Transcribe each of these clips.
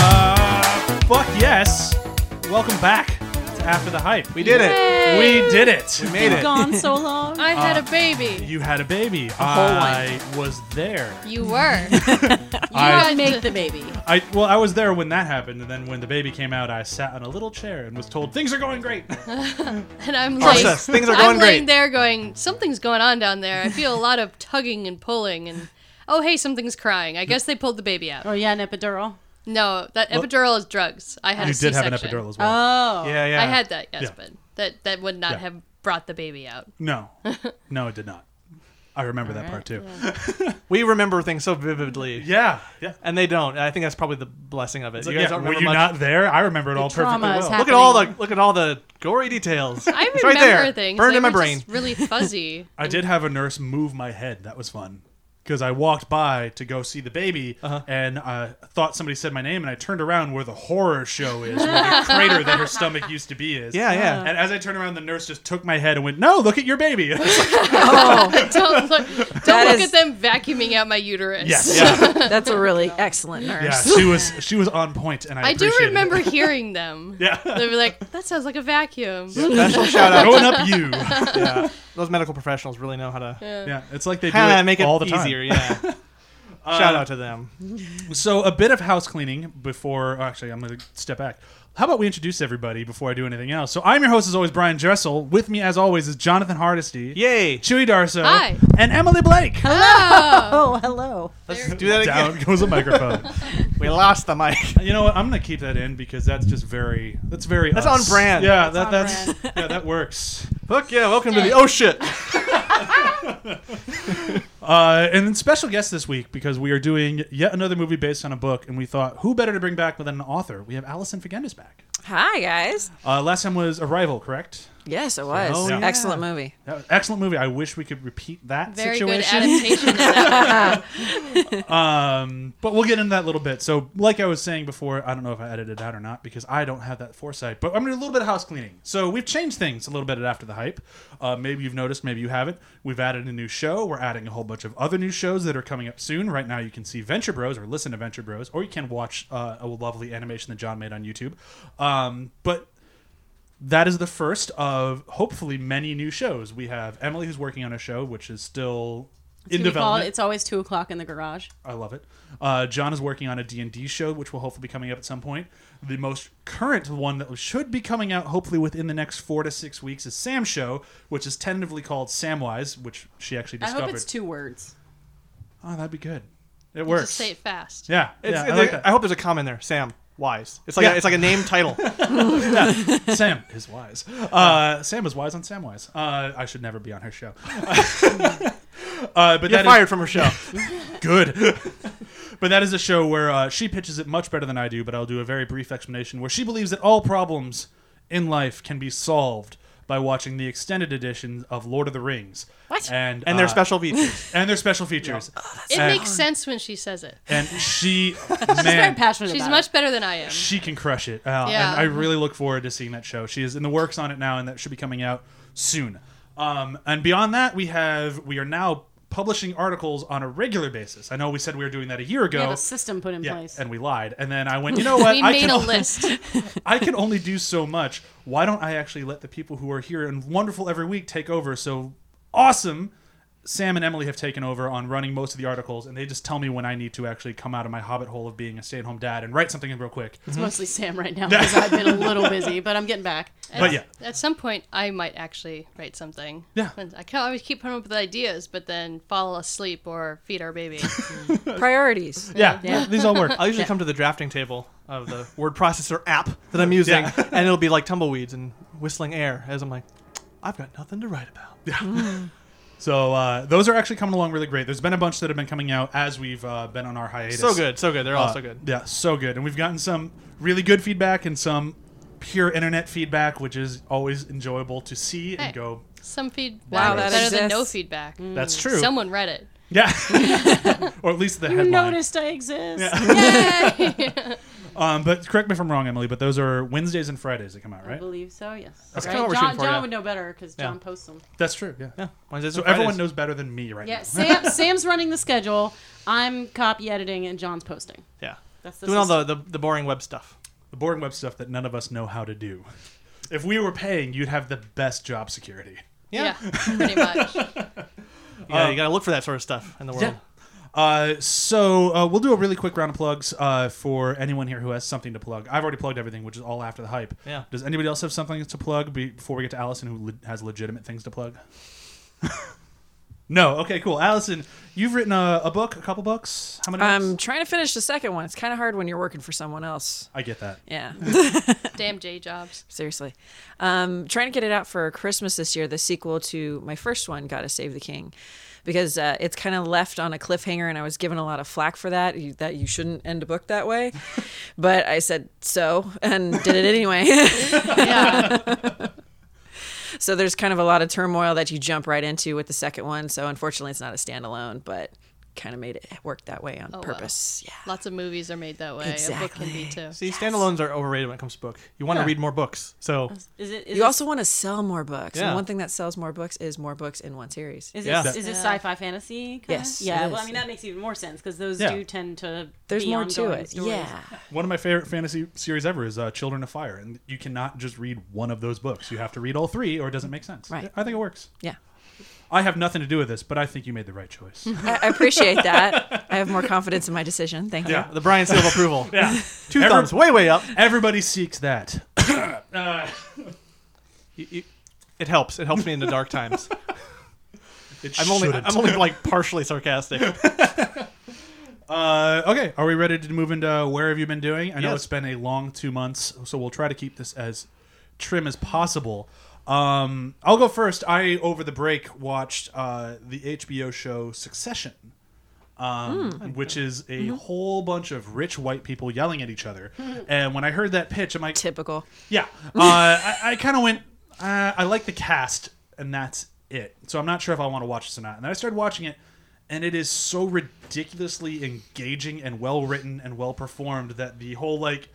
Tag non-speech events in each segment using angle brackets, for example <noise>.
Uh, Welcome back to After the Hype. We did it. We did it. We made it. Gone so long. I had a baby. You had a baby. whole one. I was there. You <laughs> were. I, had- I make the baby. I well, I was there when that happened, and then when the baby came out, I sat on a little chair and was told things are going great. And I'm like, Process. Things are I'm going laying great. there going, something's going on down there. I feel a lot of tugging and pulling and. Oh hey, something's crying. I guess they pulled the baby out. Oh yeah, an epidural. No, that Well- epidural is drugs. I had you a did have an C-section. epidural as well. Oh. Yeah, yeah. I had that, yes, Yeah. but that that would not Yeah. Mm, have brought the baby out. no, no, it did not. I remember that part too. We remember things so vividly, Yeah, yeah. and they don't. And I think that's probably the blessing of it. You guys Yeah, don't were remember you much. not there? I remember it all perfectly trauma is well. happening. Look at all the look at all the gory details. <laughs> I it's right remember there. things. Burned they in my were brain. just really fuzzy. <laughs> I did have a nurse move my head. That was fun because I walked by to go see the baby Uh-huh. and I thought somebody said my name, and I turned around where the horror show is, where the crater that her stomach used to be is. Yeah, yeah. And as I turned around, the nurse just took my head and went, "No, look at your baby." <laughs> And I was like, don't look, <laughs> That don't look is- at them vacuuming out my uterus. yes, <laughs> That's a really excellent <laughs> nurse. yeah. She was she was on point, and I, I do appreciate it. <laughs> remember hearing them. Yeah. They were like, that sounds like a vacuum. Special shout out. Growing up, you. <laughs> <laughs> <laughs> Yeah. Those medical professionals really know how to Yeah, it's like they do kind it of make it all the time. Uh, <laughs> easier. Yeah. <laughs> shout out to them. So a bit of house cleaning before. oh, Actually, I'm going to step back. How about we introduce everybody before I do anything else? So I'm your host, as always, Brian Dressel. With me, as always, is Jonathan Hardesty. Yay. Chewy Darso. Hi. And Emily Blake. Oh, hello. Let's do that again. Down goes a <laughs> microphone. We lost <laughs> the mic. you know what? I'm going to keep that in because that's just very. That's very. That's us. on brand. Yeah, that, That's that's yeah, that works. Look, yeah. Welcome to the oh shit. Uh, and then special guest this week because we are doing yet another movie based on a book, and we thought who better to bring back than an author? We have Alison Fagendes back. Hi, guys. Uh, last time was Arrival, correct? Yes, it was. Oh, yeah. Excellent movie. That was an excellent movie. I wish we could repeat that Very situation. <laughs> good adaptation. of that. um, but we'll get into that a little bit. So, like I was saying before, I don't know if I edited out or not because I don't have that foresight. But I'm gonna do a little bit of house cleaning. So we've changed things a little bit at after the hype. Uh, maybe you've noticed, maybe you haven't. We've added a new show. We're adding a whole bunch of other new shows that are coming up soon. Right now, you can see Venture Bros or listen to Venture Bros, or you can watch uh, a lovely animation that John made on YouTube. Um, but that is the first of hopefully many new shows. We have Emily who's working on a show which is still in Can we call development. it? It's always two o'clock in the garage. I love it. Uh, John is working on a D&D show, which will hopefully be coming up at some point. The most current one that should be coming out hopefully within the next four to six weeks is Sam's show, which is tentatively called Samwise, which she actually I discovered. hope it's two words. oh, that'd be good. It works. Just say it fast. Yeah, It's, yeah, I there- like that. hope there's a comment there. Sam Wise. It's like Yeah. a, it's like a <laughs> name title. <laughs> Sam is wise. Uh, Sam is wise on Samwise. Uh, I should never be on her show. <laughs> uh, but Get that is- fired from her show. good. <laughs> but that is a show where uh, she pitches it much better than I do, but I'll do a very brief explanation where she believes that all problems in life can be solved by watching the extended edition of Lord of the Rings. What? And, And their uh, special features. and their special features. It and, makes sense when she says it. and she She's very man passionate She's about much better than I am. she can crush it. Uh, Yeah. And I really look forward to seeing that show. She is in the works on it now, and that should be coming out soon. Um, and beyond that, we have we are now publishing articles on a regular basis. I know we said we were doing that a year it. We ago. have a system put in Yeah, place. and we lied. And then I <laughs> went, you know what? we I, made can a <laughs> only, list. I can only do so much. Why don't I actually let the people who are here and wonderful every week take over? So awesome. Sam and Emily have taken over on running most of the articles, and they just tell me when I need to actually come out of my hobbit hole of being a stay at home dad and write something in real quick. It's mostly Sam right now because I've been a little busy, but I'm getting back. But yeah. At some point, I might actually write something. Yeah. And I can't always keep coming up with ideas, but then fall asleep or feed <laughs> our baby. <laughs> Priorities. Yeah, these all <laughs> work. I'll usually come to the drafting table of the word processor app that I'm using, and it'll be like tumbleweeds and whistling air as I'm like, I've got nothing to write about. So uh, those are actually coming along really great. There's been a bunch that have been coming out as we've uh, been on our hiatus. So good, so good. They're all Uh, so good. Yeah, so good. And we've gotten some really good feedback and some pure internet feedback, which is always enjoyable to see and Hey. go. Mm. Some feedback Wow, is that better than no exists. feedback. That's true. Someone read it. <laughs> yeah, or at least the You headline. noticed I exist. Um, but correct me if I'm wrong, Emily. But those are Wednesdays and Fridays that come out, I right? believe so. Yes. That's Right? kinda what we're John, shooting for, John yeah. would know better because John Yeah. posts them. That's true. Yeah. Mm-hmm. Yeah. Wednesdays So and Fridays. everyone knows better than me right Yeah, now. <laughs> Sam, Sam's running the schedule. I'm copy editing and John's posting. Yeah. That's the Doing all system. the, the, the boring web stuff. the boring web stuff that none of us know how to do. If we were paying, you'd have the best job security. Yeah, pretty much. <laughs> Yeah, you gotta look for that sort of stuff in the world. Uh, so uh, we'll do a really quick round of plugs uh, for anyone here who has something to plug. I've already plugged everything, which is all after the hype. Yeah. Does anybody else have something to plug be- before we get to Allison, who le- has legitimate things to plug? <laughs> no. Okay. Cool. Allison, you've written a, a book, a couple books. How many? I'm books? Um, trying to finish the second one. It's kind of hard when you're working for someone else. I get that. Yeah. <laughs> Damn J <laughs> jobs. seriously. Um, trying to get it out for Christmas this year, the sequel to my first one, Gotta Save the King, because uh, it's kind of left on a cliffhanger, and I was given a lot of flack for that, you, that you shouldn't end a book that way. but I said so and did it anyway. <laughs> Yeah, so there's kind of a lot of turmoil that you jump right into with the second one. So unfortunately, it's not a standalone, but kind of made it work that way on wow. purpose. Yeah. lots of movies are made that way. A book can be too. See, standalones are overrated when it comes to book. You want to Yeah. read more books, so Is it? Is You it, also want to sell more books. Yeah. And one thing that sells more books is more books in one series. Is Yeah. it, is it sci-fi fantasy? Kind Yes, Yeah. it Well, I is. mean that makes even more sense because those Yeah. do tend to. There's be more to ongoing it. Stories. Yeah. <laughs> One of my favorite fantasy series ever is uh, Children of Fire, and you cannot just read one of those books. You have to read all three, or it doesn't make sense. Right. I think it works. Yeah. I have nothing to do with this, but I think you made the right choice. I I appreciate that. I have more confidence in my decision. Thank Yeah. you. the Brian seal of <laughs> approval. yeah. Two Ever- thumbs, way <laughs> way up. Everybody seeks that. Uh, You- you- it helps. It helps me in the dark <laughs> times. it I'm only shouldn't. I'm only like partially sarcastic. Uh, okay, are we ready to move into where have you been doing? I know Yes. it's been a long two months, so we'll try to keep this as trim as possible. Um, I'll go first. I over the break watched uh, the HBO show Succession, um, which is a whole bunch of rich white people yelling at each other. and when I heard that pitch, I'm like, Typical. yeah, uh, I, I kind of went. Uh, I like the cast, and that's it. So I'm not sure if I want to watch this or not. And then I started watching it, and it is so ridiculously engaging and well written and well performed that the whole like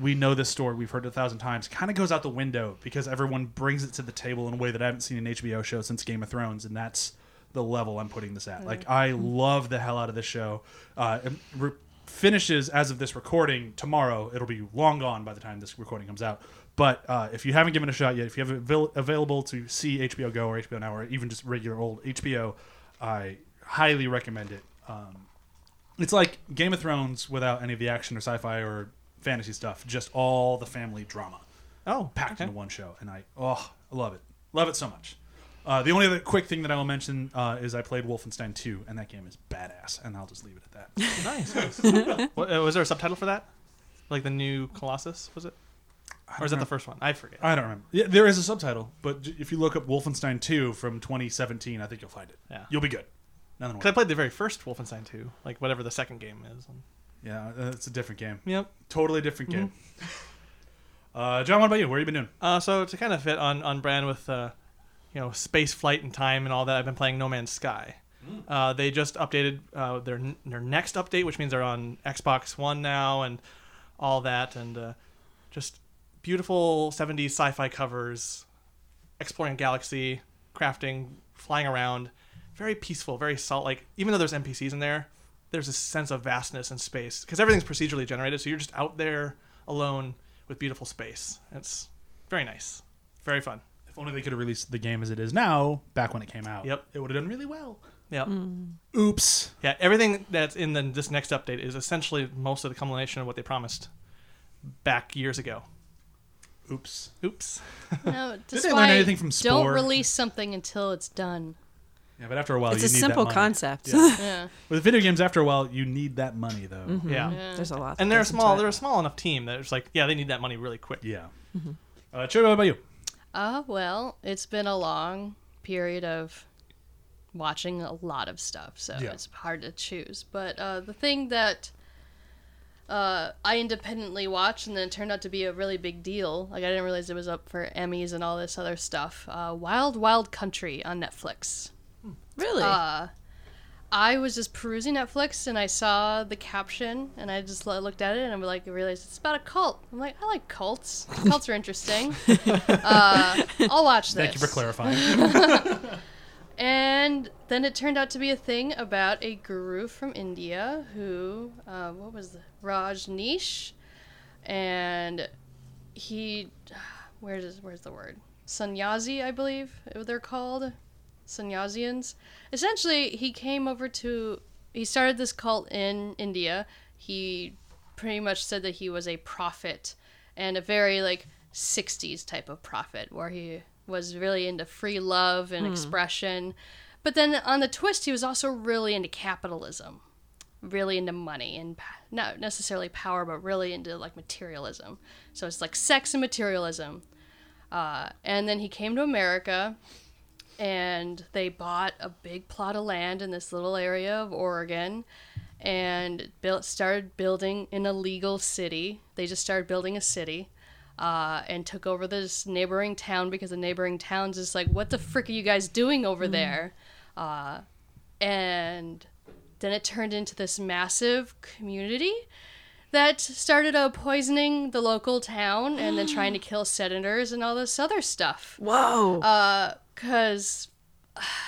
we know this story, we've heard it a thousand times, kind of goes out the window because everyone brings it to the table in a way that I haven't seen in an HBO show since Game of Thrones, and that's the level I'm putting this at. Like I love the hell out of this show. Uh, it re- finishes as of this recording tomorrow. It'll be long gone by the time this recording comes out. But uh, if you haven't given it a shot yet, if you have it avail- available to see HBO Go or HBO Now or even just regular old HBO, I highly recommend it. Um, it's like Game of Thrones without any of the action or sci-fi or fantasy stuff. Just all the family drama <laughs> Oh, packed okay. into one show, and I oh I love it, love it so much. Uh, the only other quick thing that I will mention uh, is I played Wolfenstein 2, and that game is badass, and I'll just leave it at that. nice. nice. What- uh, was there a subtitle for that? Like the new Colossus? Was it? <laughs> Or is that the first one? I forget. I don't remember. Yeah, there is a subtitle, but j- if you look up Wolfenstein 2 from 2017, I think you'll find it. Yeah. You'll be good. Nothing. Because I Clip. played the very first Wolfenstein 2, like whatever the second game is. Yeah, uh, it's a different game. Yep. Totally different Mm-hmm. game. Uh, John, what about you? Where you been doing? Uh, so to kind of fit on, on brand with, uh, you know, space flight and time and all that, I've been playing No Man's Sky. Uh, they just updated uh, their their next update, which means they're on Xbox One now and all that, and uh, just beautiful '70s sci-fi covers, exploring a galaxy, crafting, flying around, very peaceful, very salt. Like even though there's NPCs in there, there's a sense of vastness and space because everything's procedurally generated, so you're just out there alone with beautiful space. It's very nice, very fun. If only they could have released the game as it is now, back when it came out. Yep. It would have done really well. Yeah. Oops. Yeah, everything that's in the, this next update is essentially most of the culmination of what they promised back years ago. Oops. Oops. No, just they learn why anything from Don't Spore? release something until it's done. Yeah, but after a while, It's you a need simple that money. concept. Yeah. Yeah, With video games, after a while, you need that money, though. Mm-hmm. Yeah. <laughs> There's a lot. And that they're a goes into small. it. They're a small enough team that it's like, yeah, they need that money really quick. Yeah. Mm-hmm. Uh, Cherry, what about you? Uh, well, it's been a long period of watching a lot of stuff, so Yeah. it's hard to choose. But uh, the thing that uh, I independently watched and then it turned out to be a really big deal, like I didn't realize it was up for Emmys and all this other stuff uh, Wild Wild Country on Netflix. Really? Uh, I was just perusing Netflix and I saw the caption and I just lo- looked at it and I like realized it's about a cult. I'm like, I like cults. Cults are interesting. uh, I'll watch this. Thank you for <laughs> clarifying. And then it turned out to be a thing about a guru from India who, uh, what was the Rajneesh, and he where's his- where's the word sannyasi i believe eh, they're called sannyasians essentially he came over to he started this cult in india he pretty much said that he was a prophet and a very like 60s type of prophet where he was really into free love and expression but then on the twist he was also really into capitalism really into money and p- not necessarily power, but really into like materialism. So it's like sex and materialism. Uh, and then he came to America and they bought a big plot of land in this little area of Oregon and built started building an illegal city. They just started building a city. Uh, and took over this neighboring town because the neighboring town's just like, what the frick are you guys doing over there? Uh, and then it turned into this massive community that started uh, poisoning the local town and then trying to kill senators and all this other stuff Whoa. because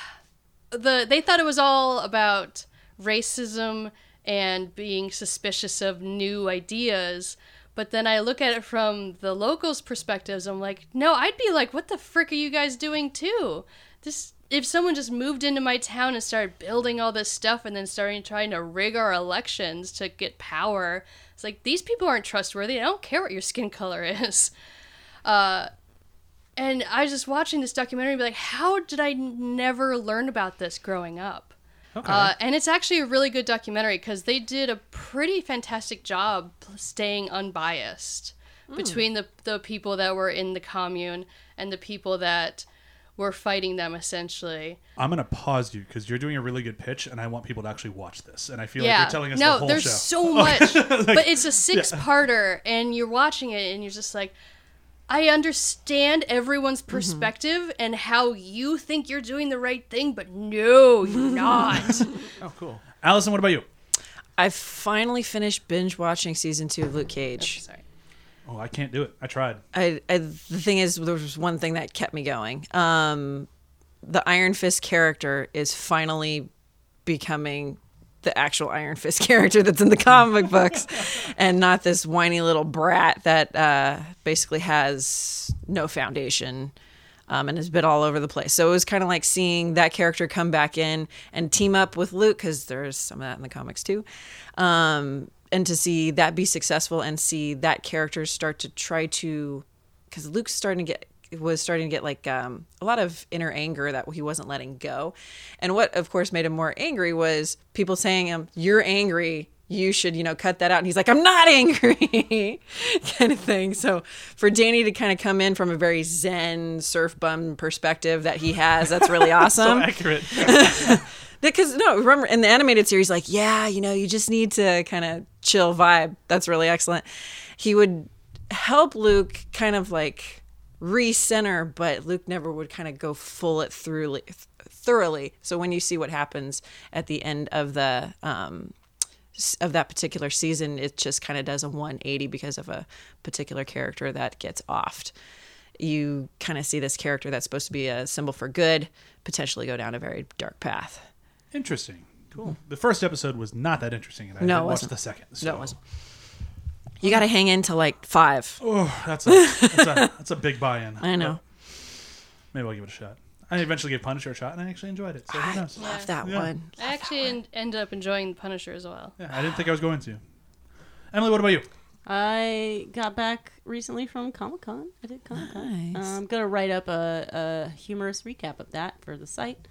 <sighs> the they thought it was all about racism and being suspicious of new ideas but then i look at it from the locals perspectives i'm like no i'd be like what the frick are you guys doing too this if someone just moved into my town and started building all this stuff and then starting trying to rig our elections to get power it's like these people aren't trustworthy i don't care what your skin color <laughs> is and I was just watching this documentary and be like, how did I n- never learn about this growing up? Okay. Uh, and it's actually a really good documentary because they did a pretty fantastic job pl- staying unbiased between the, the people that were in the commune and the people that were fighting them, essentially. I'm gonna pause you because you're doing a really good pitch, and I want people to actually watch this. And I feel yeah. like you're telling us no, the whole there's show. <laughs> so much, but it's a six-parter, and you're watching it, and you're just like, I understand everyone's Mm-hmm. perspective and how you think you're doing the right thing, but no, you're <laughs> not. Oh, cool. Allison, what about you? I finally finished binge watching season two of Luke Cage. Sorry. Oh, I can't do it. I tried. I, I the thing is there was one thing that kept me going. Um the Iron Fist character is finally becoming the actual Iron Fist <laughs> character that's in the comic books and not this whiny little brat that uh, basically has no foundation um, and has been all over the place. So it was kind of like seeing that character come back in and team up with Luke because there's some of that in the comics too. Um, and to see that be successful and see that character start to try to because Luke's starting to get was starting to get like um, a lot of inner anger that he wasn't letting go, and what of course made him more angry was people saying him, "You're angry. You should you know cut that out." And he's like, "I'm not <laughs> angry," kind of thing. So for Danny to kind of come in from a very zen surf bum perspective that he has, that's really <laughs> awesome. Accurate. Because no, remember in the animated series, like yeah, you know, you just need to kind of chill vibe. That's really excellent. He would help Luke kind of like recenter, but Luke never would kind of go full it through thoroughly. So when you see what happens at the end of the um, s- of that particular season, it just kind of does a 180 because of a particular character that gets offed. You kind of see this character that's supposed to be a symbol for good potentially go down a very dark path. Interesting. Cool. The first episode was not that interesting, and I Mm-hmm. No, it watched wasn't. the second. So. No, it wasn't. You got to hang in till like five. Oh, that's a, that's a <laughs> that's a big buy-in. I know. Maybe I'll give it a shot. I eventually gave Punisher a shot, and I actually enjoyed it. So who knows? Love that Yeah. one. I actually en- ended up enjoying The Punisher as well. Yeah, I didn't think I was going to. Emily, what about you? I got back recently from Comic Con. I did Comic Con. Nice. I'm gonna write up a, a humorous recap of that for the site.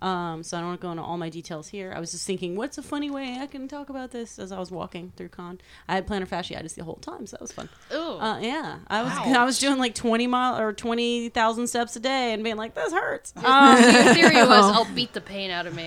Um, so I don't want to go into all my details here. I was just thinking, what's a funny way I can talk about this as I was walking through con. I had plantar fasciitis the whole time, so that was fun. Ooh. Oh. Uh, yeah, I was <laughs> I was doing like twenty mile or twenty thousand steps a day and being like, this hurts. Um, Your theory <laughs> was I'll beat the pain out of me.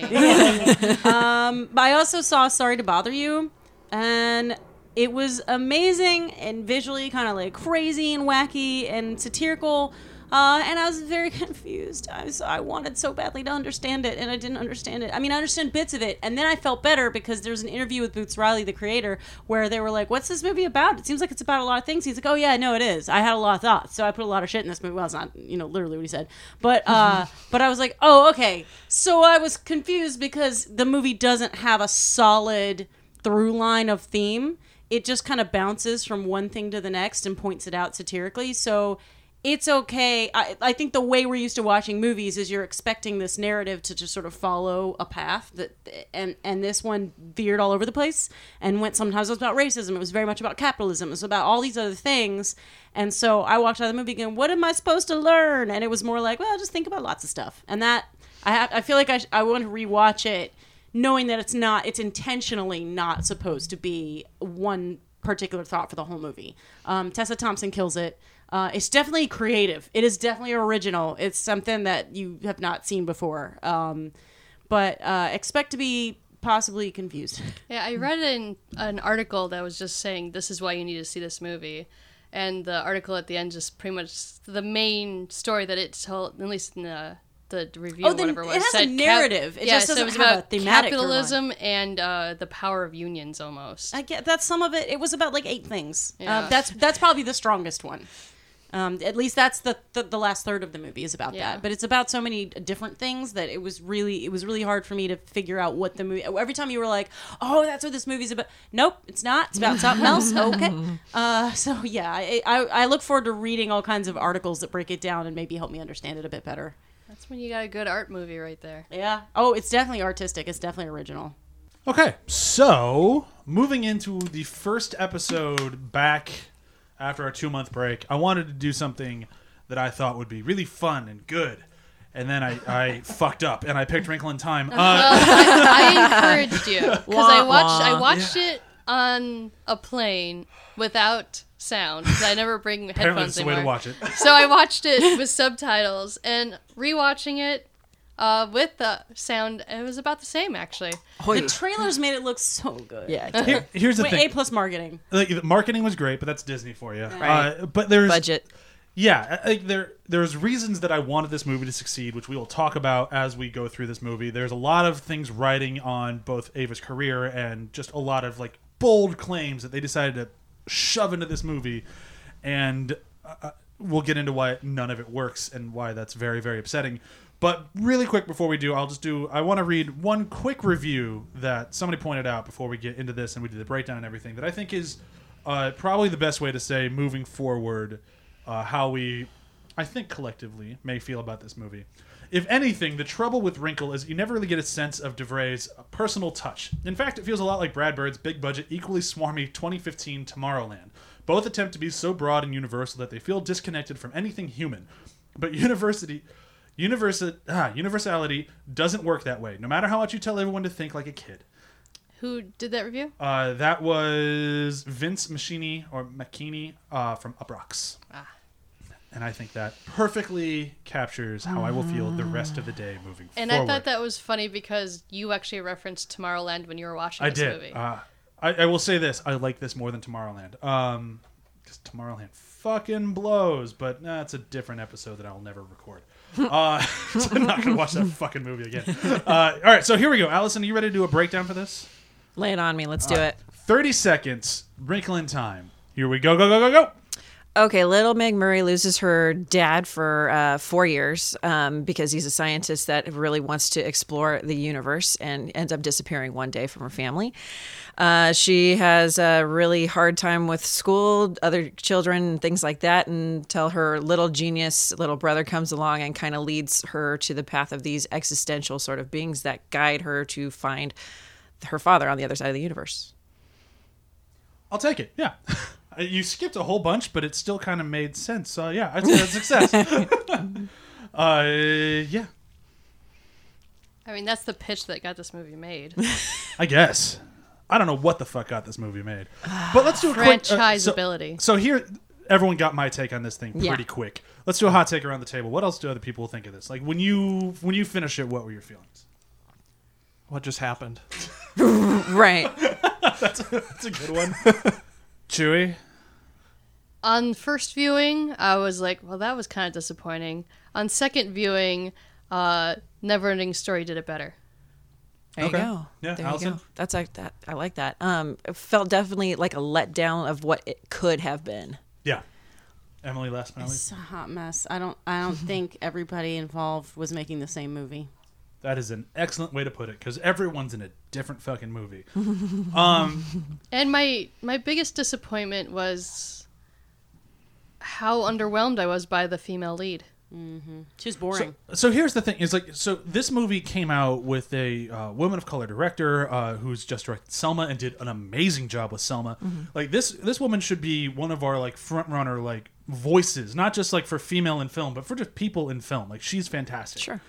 but I also saw Sorry to Bother You, and it was amazing and visually kind of like crazy and wacky and satirical. Uh, and I was very <laughs> confused. I, was, I wanted so badly to understand it, and I didn't understand it. I mean, I understood bits of it, and then I felt better because there was an interview with Boots Riley, the creator, where they were like, "What's this movie about?" It seems like it's about a lot of things. He's like, "Oh yeah, no, it is. I had a lot of thoughts, so I put a lot of shit in this movie." Well, it's not, you know, literally what he said, but uh, but I was like, "Oh, okay." So I was confused because the movie doesn't have a solid through line of theme. it just kind of bounces from one thing to the next and points it out satirically. So it's okay. I, I think the way we're used to watching movies is you're expecting this narrative to just sort of follow a path that, and and this one veered all over the place and went sometimes it was about racism. It was very much about capitalism. It was about all these other things. And so I walked out of the movie going, "What am I supposed to learn?" And it was more like, "Well, just think about lots of stuff." And that I have, I feel like I sh- I want to rewatch it knowing that it's not it's intentionally not supposed to be one particular thought for the whole movie um, tessa thompson kills it uh, it's definitely creative it is definitely original it's something that you have not seen before um, but uh, expect to be possibly confused <laughs> Yeah, I read in an article that was just saying this is why you need to see this movie, and the article at the end just pretty much the main story that it told, at least in the the review Oh, or the- whatever it was. it has a said cap- narrative. It yeah, just so doesn't it was have a about thematic or capitalism and uh, the power of unions almost. i get that's some of it it was about like eight things uh, Yeah. that's that's probably the strongest one um, at least that's the, the the last third of the movie is about Yeah. that but it's about so many different things that it was really it was really hard for me to figure out what the movie every time you were like oh that's what this movie's about nope it's not it's about something else okay uh, so yeah I, I i look forward to reading all kinds of articles that break it down and maybe help me understand it a bit better That's when you got a good art movie right <laughs> there. yeah oh it's definitely artistic it's definitely original Okay, so moving into the first episode back after our two month break, I wanted to do something that I thought would be really fun and good. And then I, I fucked up and I picked Wrinkle in Time. Uh, I encouraged you because I Wah, watched wah. I watched it on a plane without sound 'cause I <laughs> never bring apparently, headphones that's the way anymore. to watch it. so I watched it with subtitles and rewatching it uh, with the sound. It was about the same actually. the trailers made it look so good <laughs> yeah. Here- here's the Wait, thing a plus marketing like, the marketing was great, but that's Disney for you. Right. Uh, but there's. Budget. yeah I- I- there there's reasons that i wanted this movie to succeed which we will talk about as we go through this movie there's a lot of things riding on both ava's career and just a lot of like bold claims that they decided to shove into this movie and uh, we'll get into why none of it works and why that's very very upsetting but really quick before we do i'll just do i want to read one quick review that somebody pointed out before we get into this and we do the breakdown and everything that i think is uh, probably the best way to say moving forward uh, how we, I think collectively, may feel about this movie. If anything, the trouble with Wrinkle is you never really get a sense of DeVray's personal touch. In fact, it feels a lot like Brad Bird's big budget, equally swarmy 2015 Tomorrowland. Both attempt to be so broad and universal that they feel disconnected from anything human. But university. Universa- ah, universality doesn't work that way, no matter how much you tell everyone to think like a kid. Who did that review? Uh, that was Vince Machini or Machini uh, from Uproxx. Ah. And I think that perfectly captures how I will feel the rest of the day moving And forward. I thought that was funny because you actually referenced Tomorrowland when you were watching I this did. movie. Uh, I, I will say this: I like this more than Tomorrowland. Um, because Tomorrowland fucking blows, but nah, it's a different episode that I'll never <laughs> record. Uh, <laughs> I'm not gonna watch that fucking movie again. Uh, all right, so here we go. Allison, are you ready to do a breakdown for this? Lay it on me. Let's do it. 30 seconds, wrinkle in time. Here we go, go, go, go, go. Okay, little Meg Murray loses her dad for uh, four years um, because he's a scientist that really wants to explore the universe and ends up disappearing one day from her family. Uh, she has a really hard time with school, other children, things like that, until her little genius little brother comes along and kind of leads her to the path of these existential sort of beings that guide her to find her father on the other side of the universe. I'll take it. Yeah. <laughs> Uh, you skipped a whole bunch, but it still kind of made sense. So yeah, I'd say that's success. <laughs> uh, yeah, I mean, that's the pitch that got this movie made. I guess. I don't know what the fuck got this movie made, but let's do a quick uh, so- Franchisability. so, here, everyone got my take on this thing pretty Yeah. quick. Let's do a hot take around the table. What else do other people think of this? Like when you when you finish it, what were your feelings? What just happened? Right. That's a good one. <laughs> Chewy. On first viewing, I was like, well, that was kind of disappointing. On second viewing, uh, Neverending Story did it better. There Okay. you go. Yeah, there Allison? you go. That's like that. I like that. Um, it felt definitely like a letdown of what it could have been. Yeah. Emily. Last but not least. It's a hot mess. I don't. I don't think everybody involved was making the same movie. That is an excellent way to put it because everyone's in a different fucking movie. um, And my my biggest disappointment was how underwhelmed I was by the female lead. She was boring. So here's the thing: is like, so this movie came out with a uh, woman of color director uh, who's just directed Selma and did an amazing job with Selma. Like this, this woman should be one of our like front runner like voices, not just like for female in film, but for just people in film. Like she's fantastic. Sure.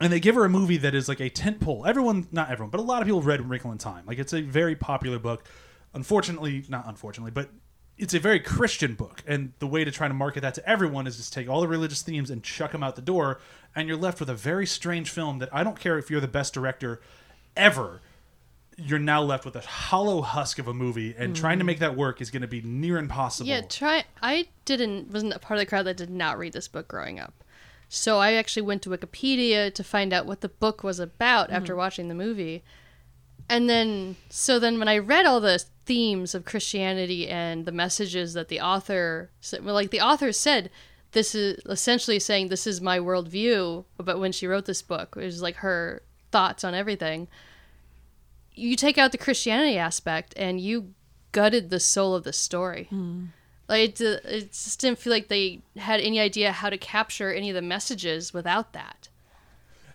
And they give her a movie that is like a tentpole. Everyone, not everyone, but a lot of people read *Wrinkle in Time*. Like it's a very popular book. Unfortunately, not unfortunately, but it's a very Christian book. And the way to try to market that to everyone is just take all the religious themes and chuck them out the door, and you're left with a very strange film that I don't care if you're the best director ever. You're now left with a hollow husk of a movie, and trying to make that work is going to be near impossible. Yeah, try. I didn't wasn't a part of the crowd that did not read this book growing up, so I actually went to Wikipedia to find out what the book was about after watching the movie, and then so then when I read all the themes of Christianity and the messages that the author said, well, like the author said. This is essentially saying this is my worldview, but when she wrote this book, it was like her thoughts on everything. You take out the Christianity aspect and you gutted the soul of the story. Like it, uh, it just didn't feel like they had any idea how to capture any of the messages without that.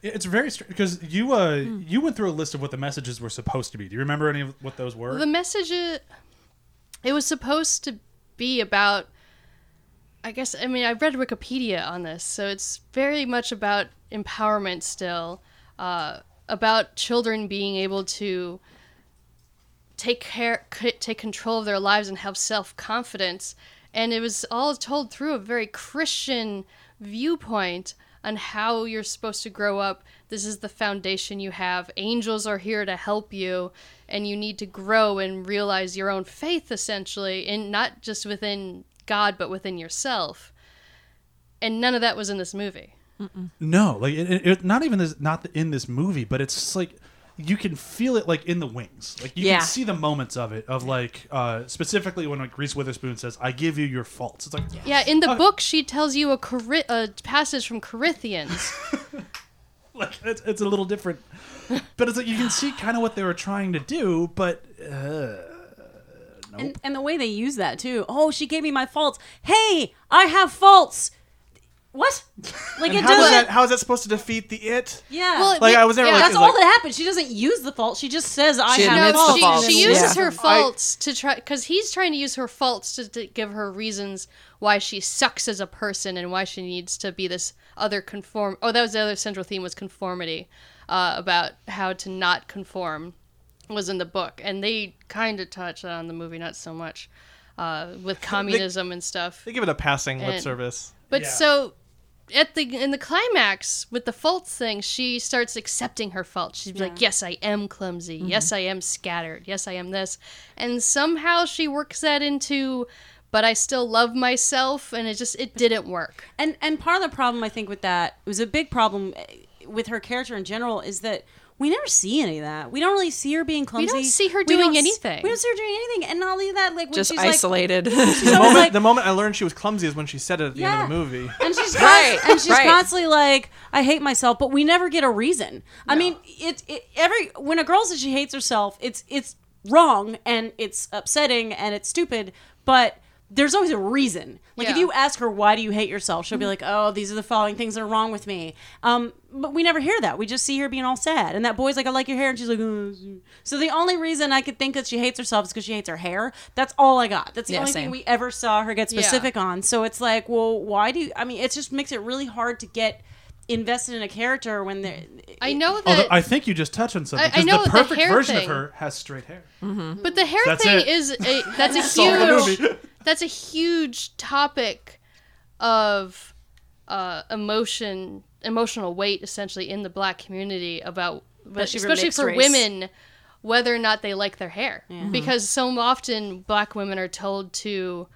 It's very strange because you uh you went through a list of what the messages were supposed to be. Do you remember any of what those were? The message it, it was supposed to be about I guess I mean I read Wikipedia on this, so it's very much about empowerment still, uh, about children being able to take care c- take control of their lives and have self-confidence and it was all told through a very christian viewpoint on how you're supposed to grow up this is the foundation you have angels are here to help you and you need to grow and realize your own faith essentially and not just within god but within yourself and none of that was in this movie No, like it, it, it- not even this, not the, in this movie, but it's just like you can feel it like in the wings. Like you Yeah. can see the moments of it of like uh specifically when like Reese Witherspoon says, "I give you your faults." It's like yeah in Oh. the book she tells you a, Cori- a passage from corinthians <laughs> like it's, it's a little <laughs> different, but it's like you can see kind of what they were trying to do, but uh, And, and the way they use that too. Oh, she gave me my faults. Hey, I have faults. What? Like it How is, doesn't. that, how is that supposed to defeat the it? Yeah. Well, <laughs> Like, I was never yeah. like- that's it's all that happens. She doesn't use the fault. She just says, "I She have admits faults." the faults. She Yeah. uses her I- faults to try because he's trying to use her faults to, to give her reasons why she sucks as a person and why she needs to be this other conform. Oh, that was the other central theme was conformity, uh, about how to not conform, was in the book, and they kind of touch on the movie, not so much, uh, with communism and stuff. They give it a passing lip And- service. But Yeah. so at the in the climax with the faults thing, she starts accepting her fault. She's like, "Yes, I am clumsy. Mm-hmm. Yes, I am scattered. Yes, I am this." And somehow she works that into but I still love myself and it just it didn't work. And and part of the problem I think with that it was a big problem eh, with her character in general is that we never see any of that. We don't really see her being clumsy. see her We doing don't s- anything. We don't see her doing anything. And not only that, like when Just she's isolated. <laughs> like, she's The always moment, like, the moment I learned she was clumsy is when she said it at the end of the Yeah. movie. and <laughs> she's Right, const- and she's right. constantly like, I hate myself, but we never get a reason. I mean, it, it every when a girl says she hates herself, it's it's wrong and it's upsetting and it's stupid, but there's always a reason. Like if Yeah. you ask her why do you hate yourself, she'll be like, Mm-hmm. "Oh, these are the following things that are wrong with me." Um, but we never hear that. We just see her being all sad, and that boy's like, "I like your hair," and she's like, "Mm." "So the only reason I could think that she hates herself is because she hates her hair." That's all I got. That's the Yeah, only same. thing we ever saw her get specific on. So it's like, well, why do you? I mean, it just makes it really hard to get invested in a character when they're. I know although that I think you just touched on something I- I because know the the perfect hair version thing. of her has straight hair. but the hair That's thing it. is a <laughs> that's a Solve the huge movie. that's a huge topic of uh, emotion emotional weight essentially in the black community about Especially for especially mixed for race. women whether or not they like their hair because so often black women are told to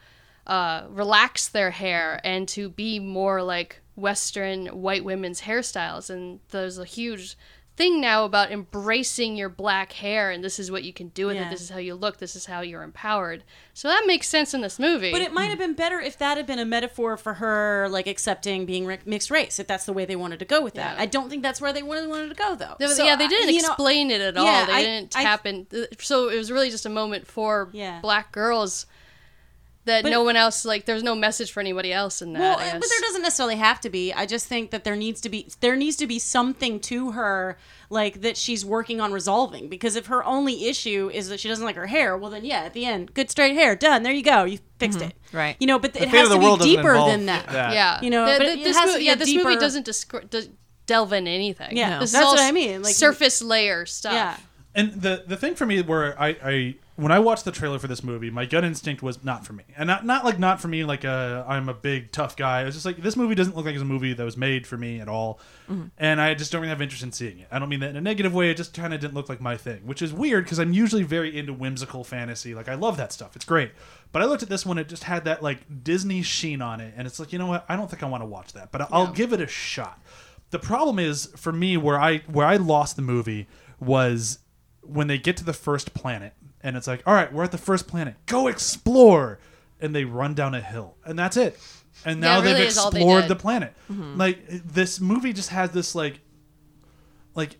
uh, relax their hair and to be more like western white women's hairstyles and there's a huge thing now about embracing your black hair and this is what you can do with Yeah. it. This is how you look. This is how you're empowered. So that makes sense in this movie. But it might have been better if that had been a metaphor for her, like accepting being ri- mixed race, if that's the way they wanted to go with that. Yeah. I don't think that's where they wanted, wanted to go, though. They- So, yeah, they I- didn't you know, explain it at all. yeah, they I- didn't I- tap in. So it was really just a moment for Yeah. black girls that But- no one else like. There's no message for anybody else in that. Well, I but guess. there doesn't necessarily have to be. I just think that there needs to be there needs to be something to her like that she's working on resolving because if her only issue is that she doesn't like her hair, well then yeah, at the end, good straight hair, done. There you go. You fixed it. Right. You know, but The it fate has of the to world be doesn't deeper involve than that. yeah, you know, Th- but th- it this has to movie, be yeah, a this deeper- movie doesn't discri- does delve in anything. Yeah. this is That's all what I s- mean, like- surface layer stuff. Yeah. And the the thing for me where I, I when I watched the trailer for this movie, my gut instinct was not for me, and not not like not for me like uh, I'm a big tough guy. It was just like this movie doesn't look like it's a movie that was made for me at all, and I just don't really have interest in seeing it. I don't mean that in a negative way. It just kind of didn't look like my thing, which is weird because I'm usually very into whimsical fantasy. Like I love that stuff. It's great. But I looked at this one; it just had that like Disney sheen on it, and it's like you know what? I don't think I want to watch that, but I'll give it a shot. The problem is for me where I where I lost the movie was when they get to the first planet and it's like, all right, we're at the first planet. Go explore. And they run down a hill. And that's it. And now Yeah, it really they've is all they explored did. Mm-hmm. the planet. Like this movie just has this like like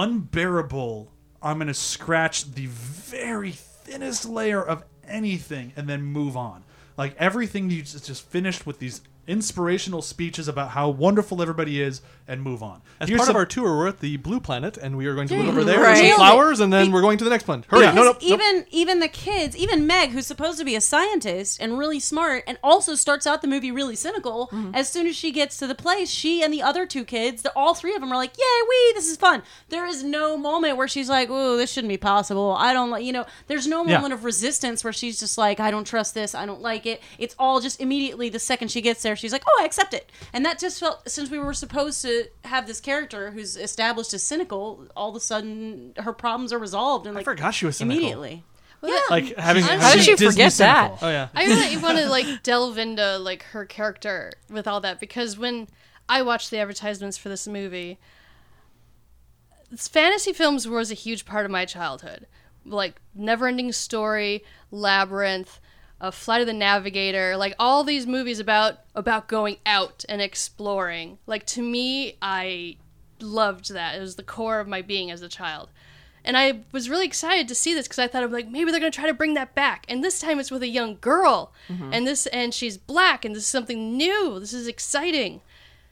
unbearable I'm going to scratch the very thinnest layer of anything and then move on. Like everything you just, just finished with these inspirational speeches about how wonderful everybody is and move on. As Here's part some- of our tour, we're at the blue planet, and we are going to Dude, look over there with right. some Nailed it. flowers, and then Be- we're going to the next one. Hurry! Because No, no, no. even even the kids, even Meg, who's supposed to be a scientist and really smart, and also starts out the movie really cynical. Mm-hmm. As soon as she gets to the place, she and the other two kids, the, all three of them, are like, "Yay, we! This is fun." There is no moment where she's like, "Oh, this shouldn't be possible. I don't like," you know. There's no Yeah. moment of resistance where she's just like, "I don't trust this. I don't like it." It's all just immediately the second she gets there, she's like, "Oh, I accept it." And that just felt since we were supposed to have this character who's established as cynical, all of a sudden her problems are resolved and I like forgot she was cynical. immediately. Well, yeah. Like uh, having. How How having did she Disney forget that? cynical. oh yeah. I really want to like delve into like her character with all that because when I watched the advertisements for this movie, s- fantasy films was a huge part of my childhood. Like Neverending Story, Labyrinth, uh, Flight of the Navigator, like all these movies about about going out and exploring. Like to me, I loved that. It was the core of my being as a child. And I was really excited to see this because I thought I'm like maybe they're gonna try to bring that back, and this time it's with a young girl, and this and she's black, and this is something new. This is exciting.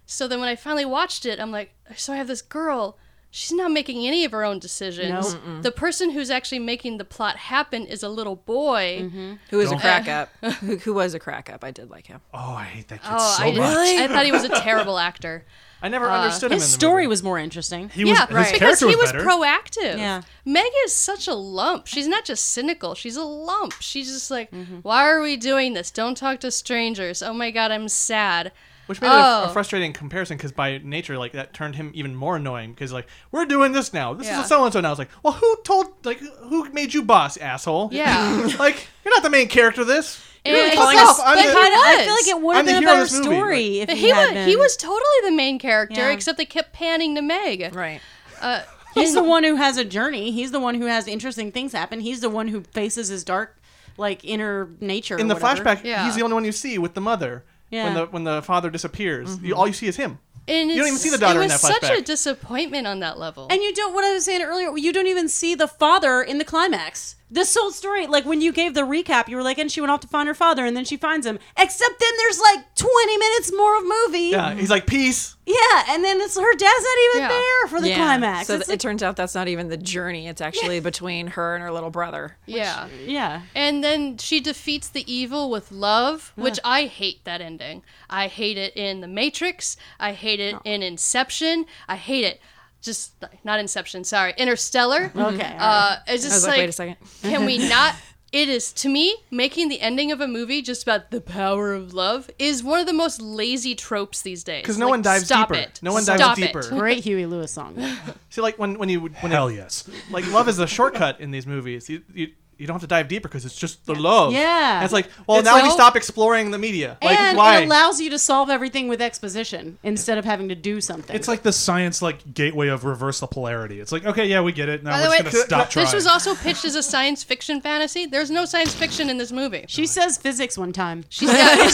So then when I finally watched it, I'm like, so I have this girl. She's not making any of her own decisions. The person who's actually making the plot happen is a little boy. Who is a crack up? who, who was a crack up? I did like him. Oh, I hate that kid Oh, so I, much. I thought he <laughs> was a terrible actor. I never understood him. Uh, His in the story movie. was more interesting. He was yeah, his right. because character he was was better. proactive. Yeah. Meg is such a lump. She's not just cynical. She's a lump. She's just like, why are we doing this? Don't talk to strangers. Oh my god, I'm sad. Which made it a- a, Oh. frustrating comparison because by nature, like that turned him even more annoying because like we're doing this now. This Yeah. is so and so now. It's like, well, who told like who made you boss, asshole? Yeah. <laughs> like you're not the main character of this. You're And- calling But- us- I'm the- but he was. I feel like it would I'm have the been a hero of better this movie, story if But he, he had was been. he was totally the main character, Yeah. except they kept panning to Meg. Right. Uh, He's the one who has a journey. He's the one who has interesting things happen. He's the one who faces his dark, like inner nature. or in the whatever. flashback, Yeah. he's the only one you see with the mother. Yeah. Mm-hmm. When the when the father disappears, you, all you see is him. and You don't it's- even see the daughter It in was that such a flashback. disappointment on that level. And you don't. What I was saying earlier, you don't even see the father in the climax. This whole story, like when you gave the recap, you were like, and she went off to find her father, and then she finds him. Except then there's like 20 minutes more of movie. Yeah, he's like peace. Yeah, and then it's her dad's not even Yeah. there for the climax. So It's th- it turns out that's not even the journey. It's actually between her and her little brother. yeah. like- yeah. And then she defeats the evil with love, which I hate that ending. I hate it in The Matrix. I hate it in Inception. I hate it. Just not Inception, sorry, Interstellar. Okay, all Uh, it's I was just like, like, wait a second. can <laughs> we not? It is to me making the ending of a movie just about the power of love is one of the most lazy tropes these days. 'Cause no Like, one dives stop deeper. It. No one dives stop deeper. It. Great Huey Lewis song. See, like when when you when Hell yes. like love is a shortcut in these movies. You, you, you don't have to dive deeper because it's just the love. Yeah. And it's like, well, It's now we like- stop exploring the media. Like, and why? it allows you to solve everything with exposition instead of having to do something. It's like the science like gateway of reversal polarity. It's like, okay, yeah, we get it. Now By we're the just way, gonna stop trying. this was also pitched as a science fiction fantasy. There's no science fiction in this movie. she says physics one time. She <laughs> says,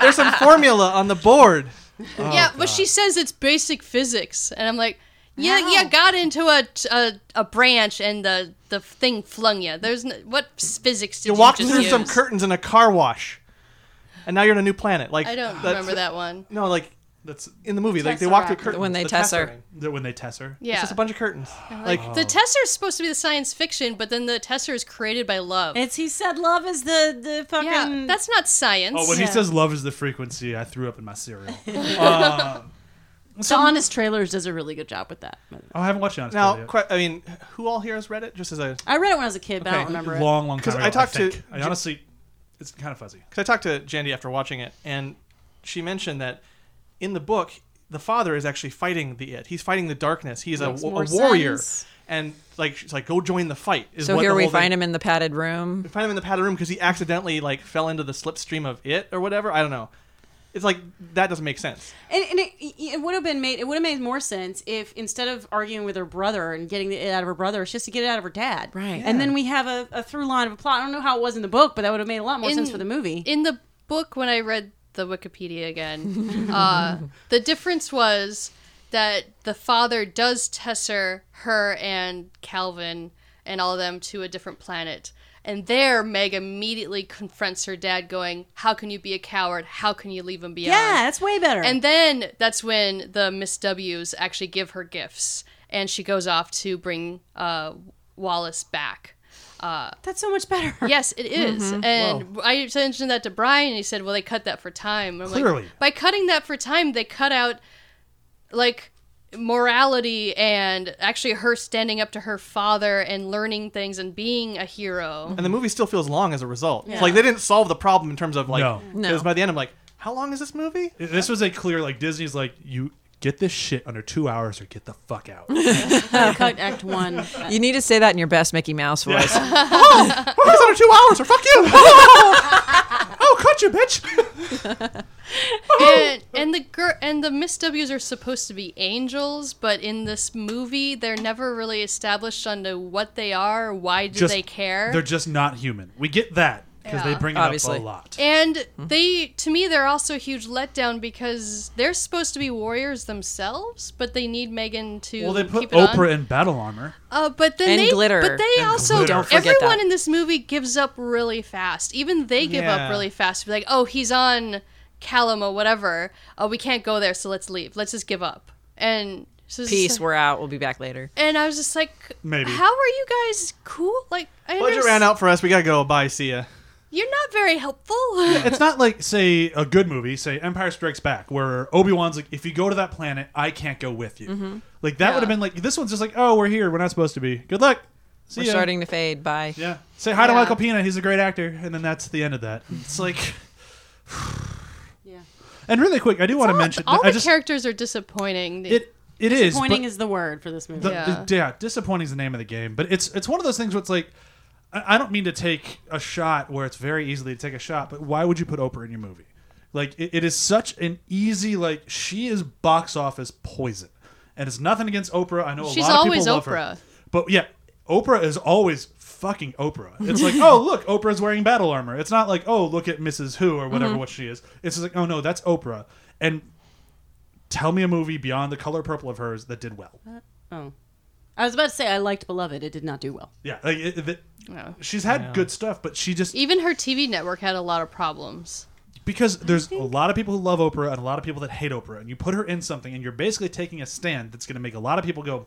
There's some formula on the board. Oh, yeah, but she says it's basic physics, and I'm like, yeah, yeah, got into a, a a branch and the the thing flung you. There's no, what s- physics did You you, walked just through use? some curtains in a car wash, and now you're on a new planet. Like I don't that's- remember that one. No, like That's in the movie, like they walk through Tesseract. curtains When they the tesser. tesseract. that when they tesser. Yeah, It's just a bunch of Oh. curtains. Like, The Tesser is supposed to be the science fiction, but then the Tesser is created by love. It's he said love is the the fucking yeah, that's not science. Oh, when he Yeah. says love is the frequency, I threw up in my cereal. <laughs> Oh, the honest trailers does a really good job with that. Oh, I haven't watched it on now, yet. que- I mean, who all here has read it? Just as a, I read it when I was a kid, but I Okay. don't remember it. long, long time 'Cause ago. I talked to- think. I honestly, it's kind of fuzzy. because I talked to Jandy after watching it, and she mentioned that in the book, the father is actually fighting the it. He's fighting the darkness. He's a, Makes wa- more a warrior, sense. and like she's like, go join the fight. Is So what here the we whole thing- find him in the padded room. We find him in the padded room because he accidentally like fell into the slipstream of it or whatever. I don't know. It's like that doesn't make sense. And, and it, it would have been made it would have made more sense if instead of arguing with her brother and getting it out of her brother, it's just to get it out of her dad. Right. And then we have a, a through line of a plot. I don't know how it was in the book, but that would have made a lot more sense for the movie. In the book, when I read the Wikipedia again, uh, the difference was that the father does tesser her and Calvin and all of them to a different planet. And there, Meg immediately confronts her dad, going, How can you be a coward? How can you leave him behind? yeah, that's way better. And then that's when the Miss W's actually give her gifts, and she goes off to bring uh, Wallace back. uh, that's so much better. Yes, it is. Mm-hmm. And I mentioned that to Brian, and he said, "Well, they cut that for time." I'm Clearly. like, by cutting that for time, they cut out like morality and actually her standing up to her father and learning things and being a hero. And the movie still feels long as a result. It's like they didn't solve the problem in terms of like No. No. it was by the end I'm like, how long is this movie? This was a clear like Disney's like you get this shit under two hours or get the fuck <laughs> out. <laughs> Cut Act One. <laughs> You need to say that in your best Mickey <laughs> Mouse voice. Oh, it's under two hours or fuck you. <laughs> oh, cut you, bitch. and, and the gir- and the Miss W's are supposed to be angels, but in this movie, they're never really established onto what they are. Why do Just- they care? They're just not human. We get that because they Yeah. bring it Obviously. up a lot. And Hmm. they, to me, they're also a huge letdown because they're supposed to be warriors themselves, but they need Megan to Well, they put keep it on. Oprah in battle armor. Uh, but then And they, glitter. but they And also, glitter. Don't forget everyone that. in this movie gives up really fast. Even they give Yeah. up really fast. Be like, oh, he's on Callum or whatever. Oh, we can't go there, so let's leave. Let's just give up. And so it's Peace, just- we're out. We'll be back later. and I was just like, Maybe. How are you guys cool? Like, I Budget underst- ran out for us. We gotta go. Bye. See ya. You're not <laughs> very helpful. It's not like say a good movie, say Empire Strikes Back, where Obi Wan's like, if you go to that planet, I can't go with you. Mm-hmm. Like that would have been like this one's just like, oh, we're here, we're not supposed to be. Good luck. See We're ya. starting to fade. Bye. Yeah. Say hi to Yeah. Michael Pena. He's a great actor, and then that's the end of that. It's like. Yeah. And really quick, I do want to all mention. all I the just characters are disappointing. it it is Pointing but is the word for this movie. the- Yeah. the- yeah, disappointing is the name of the game. But it's it's one of those things where it's like, I, I don't mean to take a shot where it's very easily to take a shot, but why would you put Oprah in your movie? Like it, it is such an easy like she is box office poison, and it's nothing against Oprah. I know a She's lot of always people love Oprah. her, but yeah, Oprah is always fucking Oprah. It's like oh look, Oprah's wearing battle armor. It's not like oh look at Mrs. Who or Mm-hmm. whatever what she is. It's just like oh no, that's Oprah. And tell me a movie beyond the color purple of hers that did well. oh. I was about to say I liked Beloved. It did not do well. Yeah, like it, it- Yeah. she's had good stuff, but she just Even her TV network had a lot of problems. because there's a lot of people who love Oprah and a lot of people that hate Oprah, and you put her in something, and you're basically taking a stand that's going to make a lot of people go,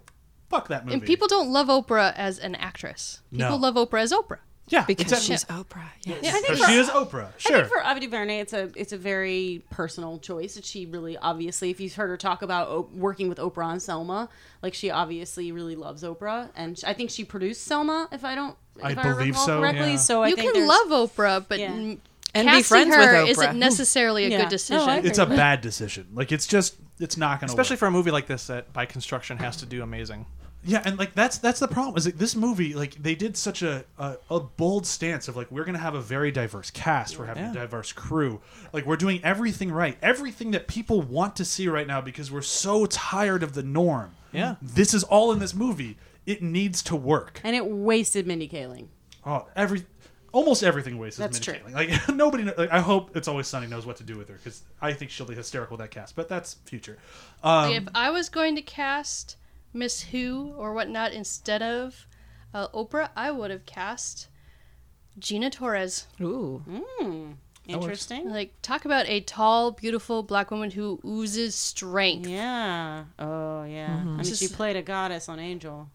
"Fuck that movie." And people don't love Oprah as an actress. People No. love Oprah as Oprah. yeah, Because exactly. she's Oprah. Yes. I think But for- she is Oprah. Sure. I think for Ava DuVernay, it's a it's a very personal choice. That she really obviously, if you've heard her talk about o- working with Oprah on Selma, like she obviously really loves Oprah, and sh I think she produced Selma. If I don't, if I I, believe recall so, correctly, yeah. so I you think can there's- love Oprah, but Yeah. n- And be casting friends with her Oprah. isn't necessarily a Yeah. No, I good decision. agree. it's a bad decision. Like it's just it's not going to Especially for a movie like this that by construction has to do amazing. Yeah, and like that's that's the problem. Is like this movie like they did such a a, a bold stance of like we're gonna have a very diverse cast, we're having a Yeah. diverse crew, like we're doing everything right, everything that people want to see right now because we're so tired of the norm. Yeah. this is all in this movie. It needs to work. and it wasted Mindy Kaling. Oh, every almost everything wastes. That's Mindy true. Kaling. Like <laughs> nobody. kn- Like, I hope it's always Sunny knows what to do with her because I think she'll be hysterical with that cast. But that's future. Um, if I was going to cast Miss Who or whatnot instead of uh, Oprah, I would have cast Gina Torres. Ooh. Interesting. Like, talk about a tall, beautiful black woman who oozes strength. Yeah. Oh yeah. I mean, she played a goddess on Angel.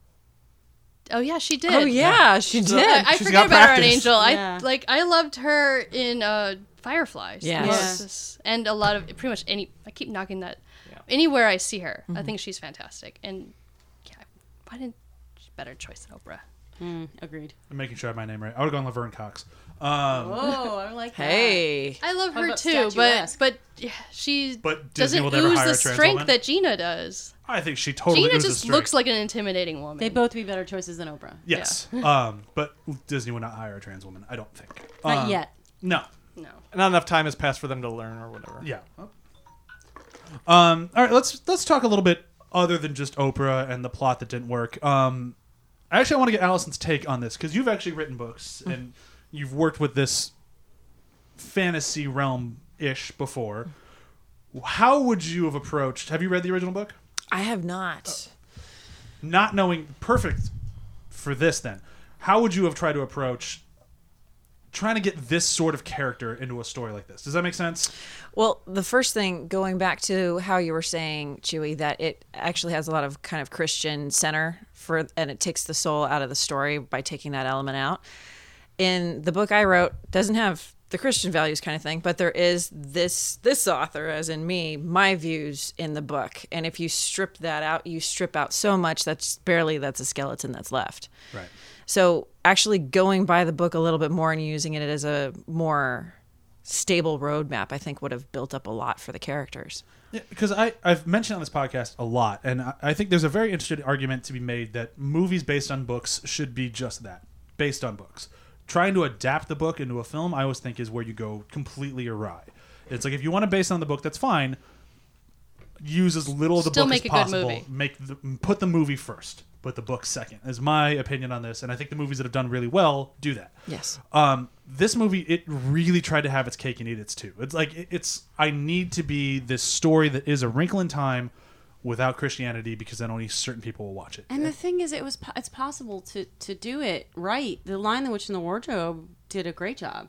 Oh yeah, she did. Oh yeah, she did. I, I She's forget got about her on practice. Angel. Yeah. I like I loved her in uh, Firefly. She Yes. was Yeah. just- and a lot of pretty much any. I keep knocking that. Anywhere I see her, Mm-hmm. I think she's fantastic. And yeah, why didn't better choice than Oprah? Mm, agreed. I'm making sure I have my name right. I would have gone Laverne Cox. Um, Oh, I like hey. I love What her about too, but statuesque? but yeah, she But Disney doesn't will never ooze hire the a trans strength woman. that Gina does. I think she totally. Gina oozes just Oh, strength. looks like an intimidating woman. They'd both be better choices than Oprah. Yes, <laughs> um, but Disney would not hire a trans woman. I don't think. Not Um, yet. No. no. Not enough time has passed for them to learn or whatever. Yeah. Um, all right. Let's let's talk a little bit other than just Oprah and the plot that didn't work. Um, I actually want to get Allison's take on this because you've actually written books and you've worked with this fantasy realm ish before. How would you have approached? Have you read the original book? I have not. not knowing perfect for this then how would you have tried to approach trying to get this sort of character into a story like this does that make sense Well, the first thing, going back to how you were saying, Chewy, that it actually has a lot of kind of Christian center for, and it takes the soul out of the story by taking that element out. In the book I wrote, doesn't have the Christian values kind of thing, but there is this this author, as in me, my views in the book. And if you strip that out, you strip out so much that's barely that's a skeleton that's left. right So actually going by the book a little bit more and using it as a more stable roadmap, I think would have built up a lot for the characters. because I, I've mentioned on this podcast a lot, and I, I think there's a very interesting argument to be made that movies based on books should be just that based on books. Trying to adapt the book into a film, I always think, is where you go completely awry. It's like if you want to base it on the book, that's fine. Use as little of the Still book make as a good possible. movie. Make the, put the movie first, put the book second. Is my opinion on this, and I think the movies that have done really well do that. Yes. Um, this movie, it really tried to have its cake and eat its too. It's like it- it's I need to be this story that is a wrinkle in time without Christianity because then only certain people will watch it. And the thing is, it was po- it's possible to to do it right. The Lion, the Witch, and the Wardrobe did a great job.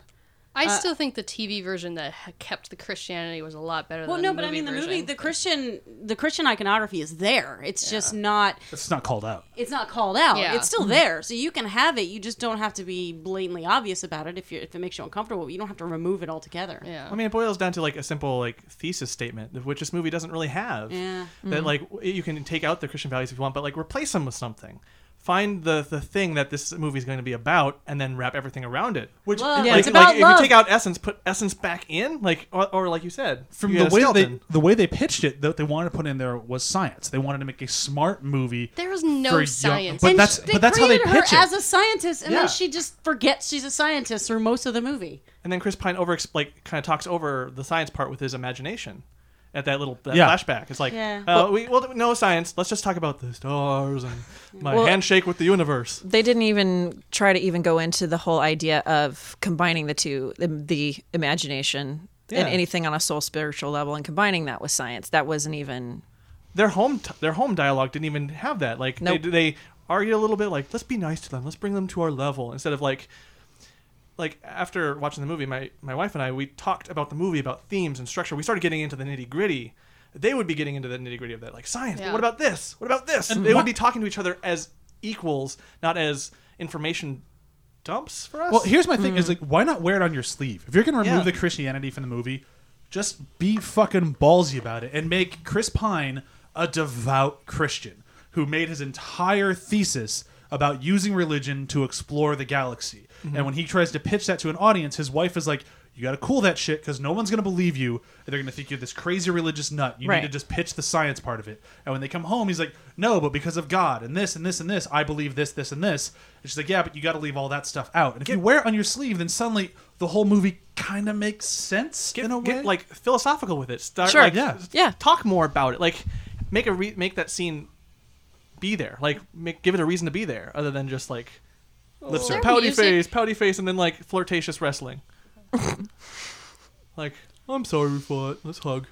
uh, I still think the TV version that ha- kept the Christianity was a lot better. Well, than no, the but I mean, the version. movie, the Christian, the Christian iconography is there. It's just not. It's not called out. It's not called out. Yeah. It's still Mm-hmm. there, so you can have it. You just don't have to be blatantly obvious about it if you are if it makes you uncomfortable. You don't have to remove it altogether. yeah. I mean, it boils down to like a simple like thesis statement, which this movie doesn't really have. Yeah. That Mm-hmm. like w- you can take out the Christian values if you want, but like replace them with something. Find the the thing that this movie is going to be about, and then wrap everything around it. Which Love. Yeah, like, it's about like, love. if you take out essence, put essence back in, like or, or like you said, from you the had a way they skeleton. the way they pitched it, that they wanted to put in there was science. They wanted to make a smart movie. There was for no young- science. but And that's she- but that's how they created her pitch as it. a scientist, and Yeah. then she just forgets she's a scientist through most of the movie. and then Chris Pine over like kind of talks over the science part with his imagination. At that little that Yeah. flashback, it's like, Yeah. uh, we, well, no science. Let's just talk about the stars and my Well- handshake with the universe. They didn't even try to even go into the whole idea of combining the two, the, the imagination Yeah. and anything on a soul spiritual level and combining that with science. That wasn't even their home t- their home dialogue didn't even have that. Like Nope. they they argue a little bit, like let's be nice to them, let's bring them to our level, instead of like like after watching the movie, my my wife and I we talked about the movie about themes and structure. We started getting into the nitty gritty. They would be getting into the nitty gritty of that, like science. But Yeah. what about this? What about this? they would be talking to each other as equals, not as information dumps for us. Well, here's my thing: is like, why not wear it on your sleeve? If you're gonna remove Yeah. the Christianity from the movie, just be fucking ballsy about it and make Chris Pine a devout Christian who made his entire thesis about using religion to explore the galaxy. And when he tries to pitch that to an audience, his wife is like, You got to cool that shit because no one's going to believe you. And they're going to think you're this crazy religious nut. You Right. need to just pitch the science part of it. And when they come home, he's like, no, but because of God and this and this and this, I believe this, this, and this. And she's like, yeah, but you got to leave all that stuff out. And if you wear it on your sleeve, then suddenly the whole movie kind of makes sense in a way. get like philosophical with it. Start Sure, like, yeah. Yeah. Talk more about it. Like make a re- make that scene be there. Like make give it a reason to be there other than just like lips Is are there pouty music? face, pouty face, and then like flirtatious wrestling. like I'm sorry we fought. Let's hug.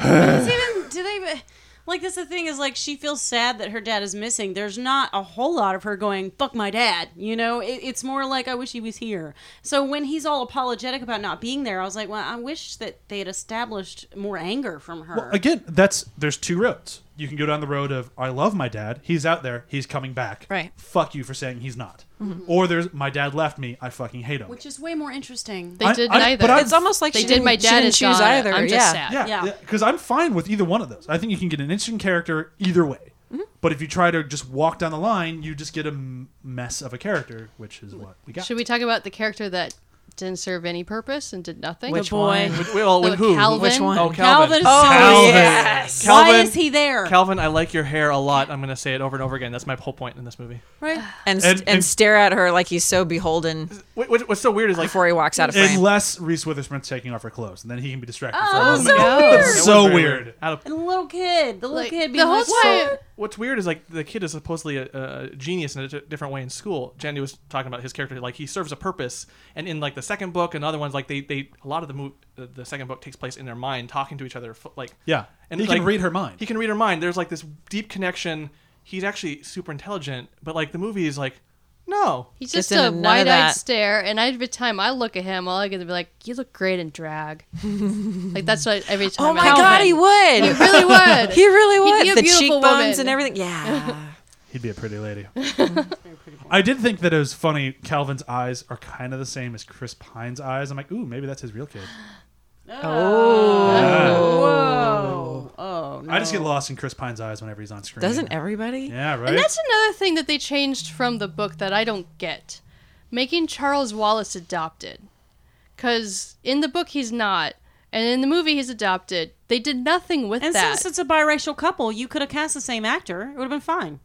Does even do they like that's the thing is like she feels sad that her dad is missing there's not a whole lot of her going fuck my dad you know it, it's more like i wish he was here so when he's all apologetic about not being there i was like well i wish that they had established more anger from her Well, again, that's there's two roads. You can go down the road of I love my dad. He's out there. He's coming back. Right. Fuck you for saying he's not. Or there's my dad left me. I fucking hate him. which is way more interesting They I- did I- neither. but I'm- It's almost like they she did. didn't- My she dad didn't is choose gone. either, I'm just yeah. sad. yeah. yeah. Because I'm fine with either one of those. I think you can get an interesting character either way. Mm-hmm. But if you try to just walk down the line, you just get a m- mess of a character, which is what we got. Should we talk about the character that didn't serve any purpose and did nothing? Which boy. one? With, well, with With who? Calvin. Which one? Oh, calvin Calvin. Oh Calvin. yes. why Calvin. is he there Calvin, I like your hair a lot. I'm gonna say it over and over again. That's my whole point in this movie. right And, And- st- and and- stare at her like he's so beholden What, what, what's so weird is like before he walks out of frame. Unless Reese Witherspoon's taking off her clothes, and then he can be distracted. oh for a so moment. weird That's That was so very weird. Out of and the little kid the little Like, kid the being whole like, time. "What?" what's weird is like the kid is supposedly a, a genius in a d- different way in school. Jandy was talking about his character like he serves a purpose, and in like the second book and other ones like they they a lot of the move the second book takes place in their mind talking to each other f- like Yeah. and He like, can read her mind. He can read her mind. There's like this deep connection. He's actually super intelligent, but like the movie is like no. He's Just just, into a none of wide-eyed that. stare, and every time I look at him, all I get to be like, "You look great in <laughs> drag." like that's what every time. oh my I god, <laughs> he would. He really would. He really He'd would. be a the beautiful cheekbones woman. and <laughs> everything. Yeah. He'd be a pretty <laughs> lady. I did think that it was funny. Calvin's eyes are kind of the same as Chris Pine's eyes. I'm like, ooh, maybe that's his real kid. Oh. whoa oh no. I just get lost in Chris Pine's eyes whenever he's on screen. Doesn't everybody? Yeah, right. And that's another thing that they changed from the book that I don't get, making Charles Wallace adopted, because in the book he's not, and in the movie he's adopted. They did nothing with and that. since it's a biracial couple you could have cast the same actor it would have been fine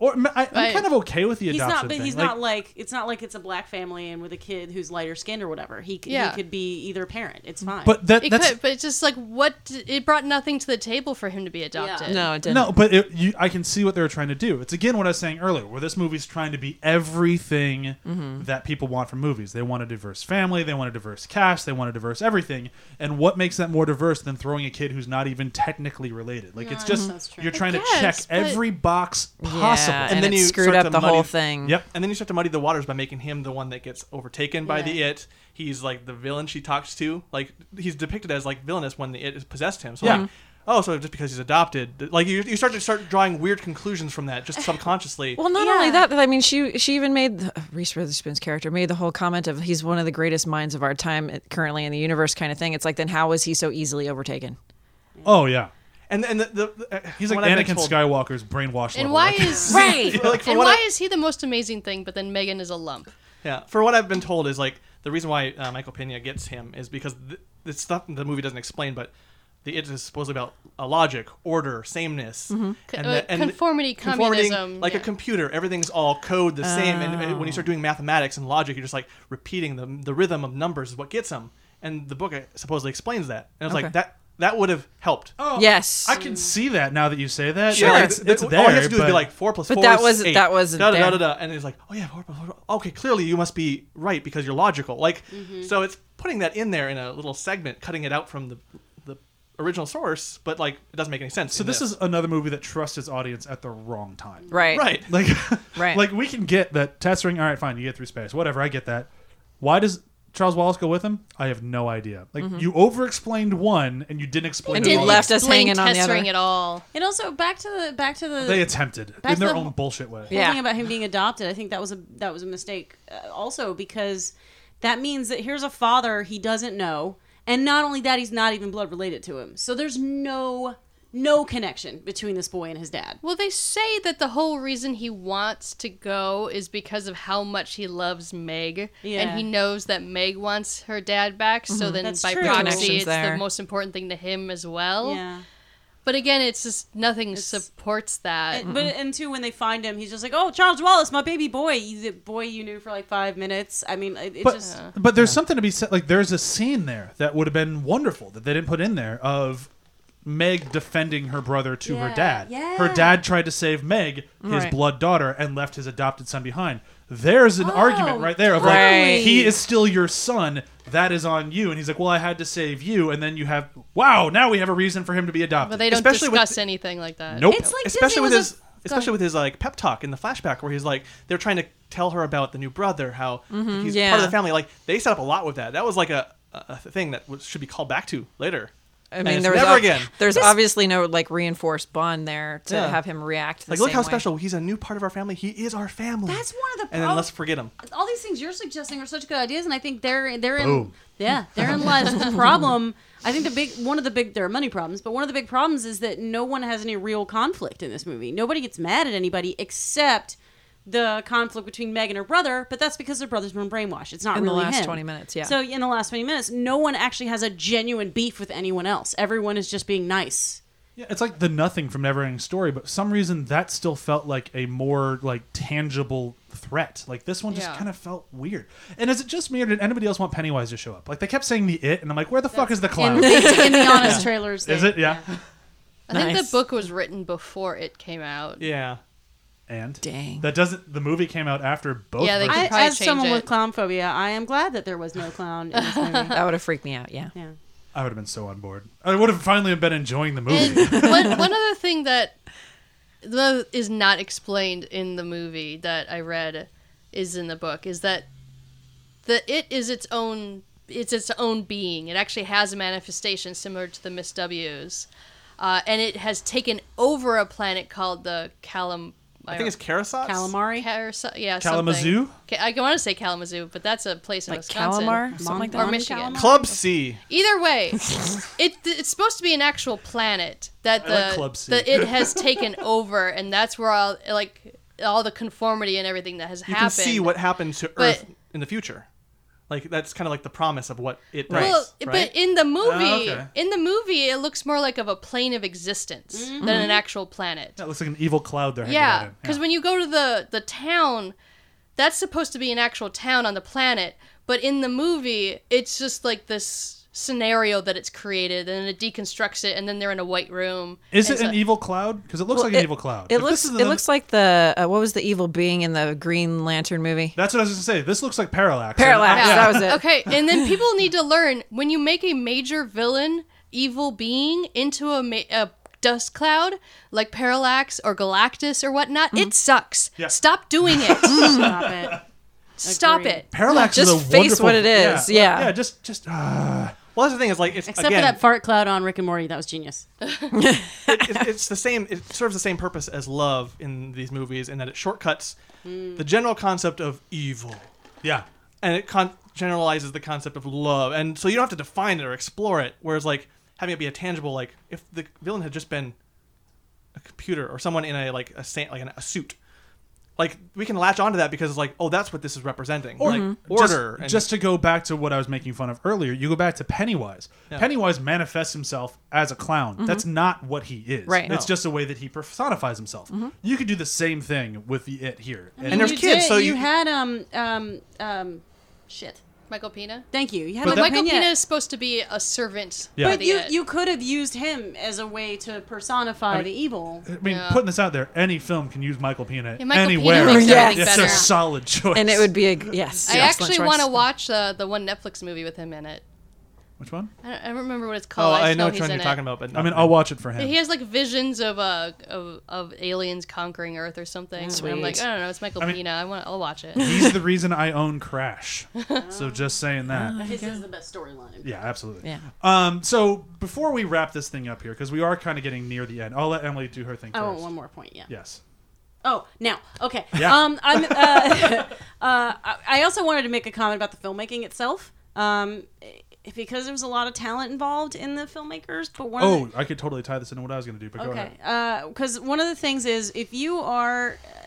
or I, I'm Right. kind of okay with the he's adoption not but thing. he's Like, not like it's not like it's a black family and with a kid who's lighter skinned or whatever he, c Yeah. he could be either parent it's fine but that it that's could, but it's just like what it brought nothing to the table for him to be adopted. No, it didn't. No, but it, you, I can see what they were trying to do. It's again what I was saying earlier, where this movie's trying to be everything that people want from movies. They want a diverse family, they want a diverse cast, they want a diverse everything. And what makes that more diverse than throwing a kid who's not even technically related? Like it's that's just true. you're trying I to check guess, but- every box possible. Yeah, And and, then it you screwed start up to the whole muddy- thing. Yep. And then you start to muddy the waters by making him the one that gets overtaken by the Yeah. it. He's like the villain she talks to. Like he's depicted as like villainous when the it has possessed him. So Yeah. like, oh, so just because he's adopted, th- like you, you start to start drawing weird conclusions from that <laughs> just subconsciously. Well, not only Yeah. that, but I mean, she she even made <sighs> the, Reese Witherspoon's character made the whole comment of he's one of the greatest minds of our time at- currently in the universe, kind of thing. It's like, then how was he so easily overtaken? Oh yeah. and and the, the, the uh, He's from like what I've Anakin been told- Skywalker's brainwashed. And level. why Like, is <laughs> Right. Like from and what why I- is he the most amazing thing, but then Megan is a lump? Yeah, for what I've been told is like the reason why uh, Michael Pena gets him is because th- the stuff the movie doesn't explain, but the it is supposedly about a logic, order, sameness, uh, conformity, communism, like a yeah. Oh. computer. Everything's all code the same, and, and when you start doing mathematics and logic, you're just like repeating the the rhythm of numbers is what gets him. And the book uh, supposedly explains that, and I was Okay. like that that would have helped. Oh, Yes. I can see that now that you say that. Sure. Like, Yeah, it's, th- it's th- there. All you have to do is be but- like four plus But four. that is wasn't- eight. that wasn't da, da, da, there. da, da. And it's like, oh yeah, four plus four. Okay, clearly you must be right because you're logical. Like, Mm-hmm. so it's putting that in there in a little segment, cutting it out from the the original source, but like it doesn't make any sense. so this is another movie that trusts its audience at the wrong time. Right. right. Like, <laughs> Right. Like we can get that Tessering. All right, fine. You get through space. Whatever. I get that. Why does Charles Wallace go with him? I have no idea. Like you over-explained one, and you didn't explain. Mm-hmm. And the didn't other. left us explain hanging on the other. Tessering at all. and also back to the back to the They attempted That's in their the own wh- bullshit way. Yeah. whole thing about him being adopted i think that was a that was a mistake uh, also because that means that here's a father he doesn't know and not only that he's not even blood related to him so there's no no connection between this boy and his dad. Well, they say that the whole reason he wants to go is because of how much he loves Meg, Yeah. and he knows that Meg wants her dad back. So then, That's by true. proxy, Mm-hmm. Connections it's there. the most important thing to him as well. Yeah. But again, it's just nothing supports that. But and two, when they find him, he's just like, "Oh, Charles Wallace, my baby boy, you- the boy you knew for like five minutes." I mean, it, it But, just uh, but there's something to be said. Like there's a scene there that would have been wonderful that they didn't put in there of Meg defending her brother to her Yeah, dad. yeah. Her dad tried to save Meg, his Right. blood daughter, and left his adopted son behind. There's an Oh, argument right there of like totally. he is still your son. That is on you. And he's like, well, I had to save you. And then you have wow. Now we have a reason for him to be adopted. But they don't Especially with discuss anything like that. nope. it's like especially Disney with was his especially with his like pep talk in the flashback where he's like they're trying to tell her about the new brother how he's Mm-hmm, yeah. part of the family like they set up a lot with that that was like a, a thing that was, should be called back to later I And mean, it's there was never ob- again There's obviously no like reinforced bond there to Yeah. have him react. To the like look same how way. special he's a new part of our family he is our family That's one of the and then prob- let's forget him a, all these things you're suggesting are such good ideas, and I think they're they're in Boom. yeah they're in lies <laughs> the problem. I think the big one of the big there are many problems, but one of the big problems is that no one has any real conflict in this movie. Nobody gets mad at anybody except the conflict between Meg and her brother, but that's because her brother's been brainwashed. It's not In the really last him. 20 minutes, yeah. So in the last twenty minutes, no one actually has a genuine beef with anyone else. Everyone is just being nice. Yeah, it's like the nothing from Neverending Story, but for some reason that still felt like a more like tangible threat. Like this one just Yeah. kind of felt weird. And is it just me or did anybody else want Pennywise to show up? Like they kept saying the it, and I'm like, where the fuck is the In, clown? the- <laughs> in the honest trailers, <laughs> Is they- it? Yeah. I think Nice. the book was written before it came out. yeah And Dang. that doesn't. The movie came out after both. Yeah, they versions. I, probably as change someone it. with clown phobia, I am glad that there was no clown <laughs> in this movie. That would have freaked me out. Yeah. Yeah. I would have been so on board. I would have finally been enjoying the And movie. <laughs> one, one other thing that that is not explained in the movie that I read is in the book is that the it is its own it's its own being. It actually has a manifestation similar to the Miss W's, uh, and it has taken over a planet called the Calam. I think it's Karasot. Calamari. Caras- yeah, something. Kalamazoo. Ca- I want to say Kalamazoo, but that's a place in Like Wisconsin calamar, something like or that. Michigan. Club C. Either way, it it's supposed to be an actual planet that I like the Club C. that it <laughs> has taken over, and that's where all like all the conformity and everything that has You can happened. see what happens to But- Earth in the future. Like that's kind of like the promise of what it does. Well, right? but in the movie, Oh, okay. in the movie, it looks more like of a plane of existence Mm-hmm. than Mm-hmm. an actual planet. <laughs> That looks like an evil cloud they're hanging out Yeah, in. because when you go to the the town, that's supposed to be an actual town on the planet, but in the movie, it's just like this scenario that it's created, and it deconstructs it, and then they're in a white room. is and it so- an evil cloud? Because it looks like an evil cloud. It If this looks. is It the- looks like the uh, what was the evil being in the Green Lantern movie? That's what I was going to say. This looks like Parallax. Parallax. Yeah. That was it. Okay, and <laughs> then people need to learn when you make a major villain, evil being, into a, ma- a dust cloud like Parallax or Galactus or whatnot, Mm-hmm. it sucks. Yeah. Stop doing <laughs> it. Stop it. Stop Agreed. it. Parallax Just is a face wonderful- what it is, Yeah. yeah. Yeah. Just. Just. ah. uh, well, that's the thing is like it's Except again, for that fart cloud on Rick and Morty. That was genius. it, it- it's the same. It serves the same purpose as love in these movies, in that it shortcuts the general concept of evil, Yeah. and it con- generalizes the concept of love, and so you don't have to define it or explore it. Whereas like having it be a tangible, like if the villain had just been a computer or someone in a like a sa- like an, a suit. Like we can latch onto that because it's like, oh, that's what this is representing. like Just- order. Just, to go back to what I was making fun of earlier, you go back to Pennywise. Pennywise manifests himself as a clown. Mm-hmm. That's not what he is. Right. It's No. just a way that he personifies himself. Mm-hmm. You could do the same thing with the it here. And And there's you kids, did- so you, you- had um um um shit. Michael Pena? Thank you. You had But Michael Michael Pena. Pena is supposed to be a servant. Yeah. for But the you Ed. you could have used him as a way to personify the evil. I uh, mean, putting this out there, any film can use Michael Pena Yeah, Michael Pena anywhere. makes Yes. everything It's better. a solid choice. And it would be a yes. I excellent actually choice. want to watch uh, the one Netflix movie with him in it. Which one? I don't, I don't remember what it's oh, called. I just know which he's one in you're it. talking about, but I mean, no. I'll watch it for him. He has like visions of uh of, of aliens conquering Earth or something. And I'm like, Sweet. I don't know. It's Michael I mean- Pena. I want. I'll <laughs> watch it. <laughs> He's the reason I own <laughs> Crash. so just saying Uh, that. His is the best storyline. Yeah, absolutely. Yeah. Um, so before we wrap this thing up here, because we are kind of getting near the end, I'll let Emily do her thing I first. Oh, want one more point. Yeah. Yes. Oh, now okay. Yeah. Um, I'm. Uh, <laughs> uh, I I also wanted to make a comment about the filmmaking itself. Um, because there was a lot of talent involved in the filmmakers, but one of Oh, the, I could totally tie this into what I was going to do, but go okay, ahead. because one of the things is if you are uh,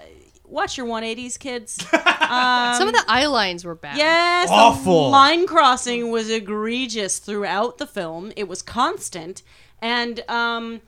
watch your 180s kids. <laughs> Some of the eye lines were bad. Yes, the Awful. line crossing was egregious throughout the film. It was constant, and um,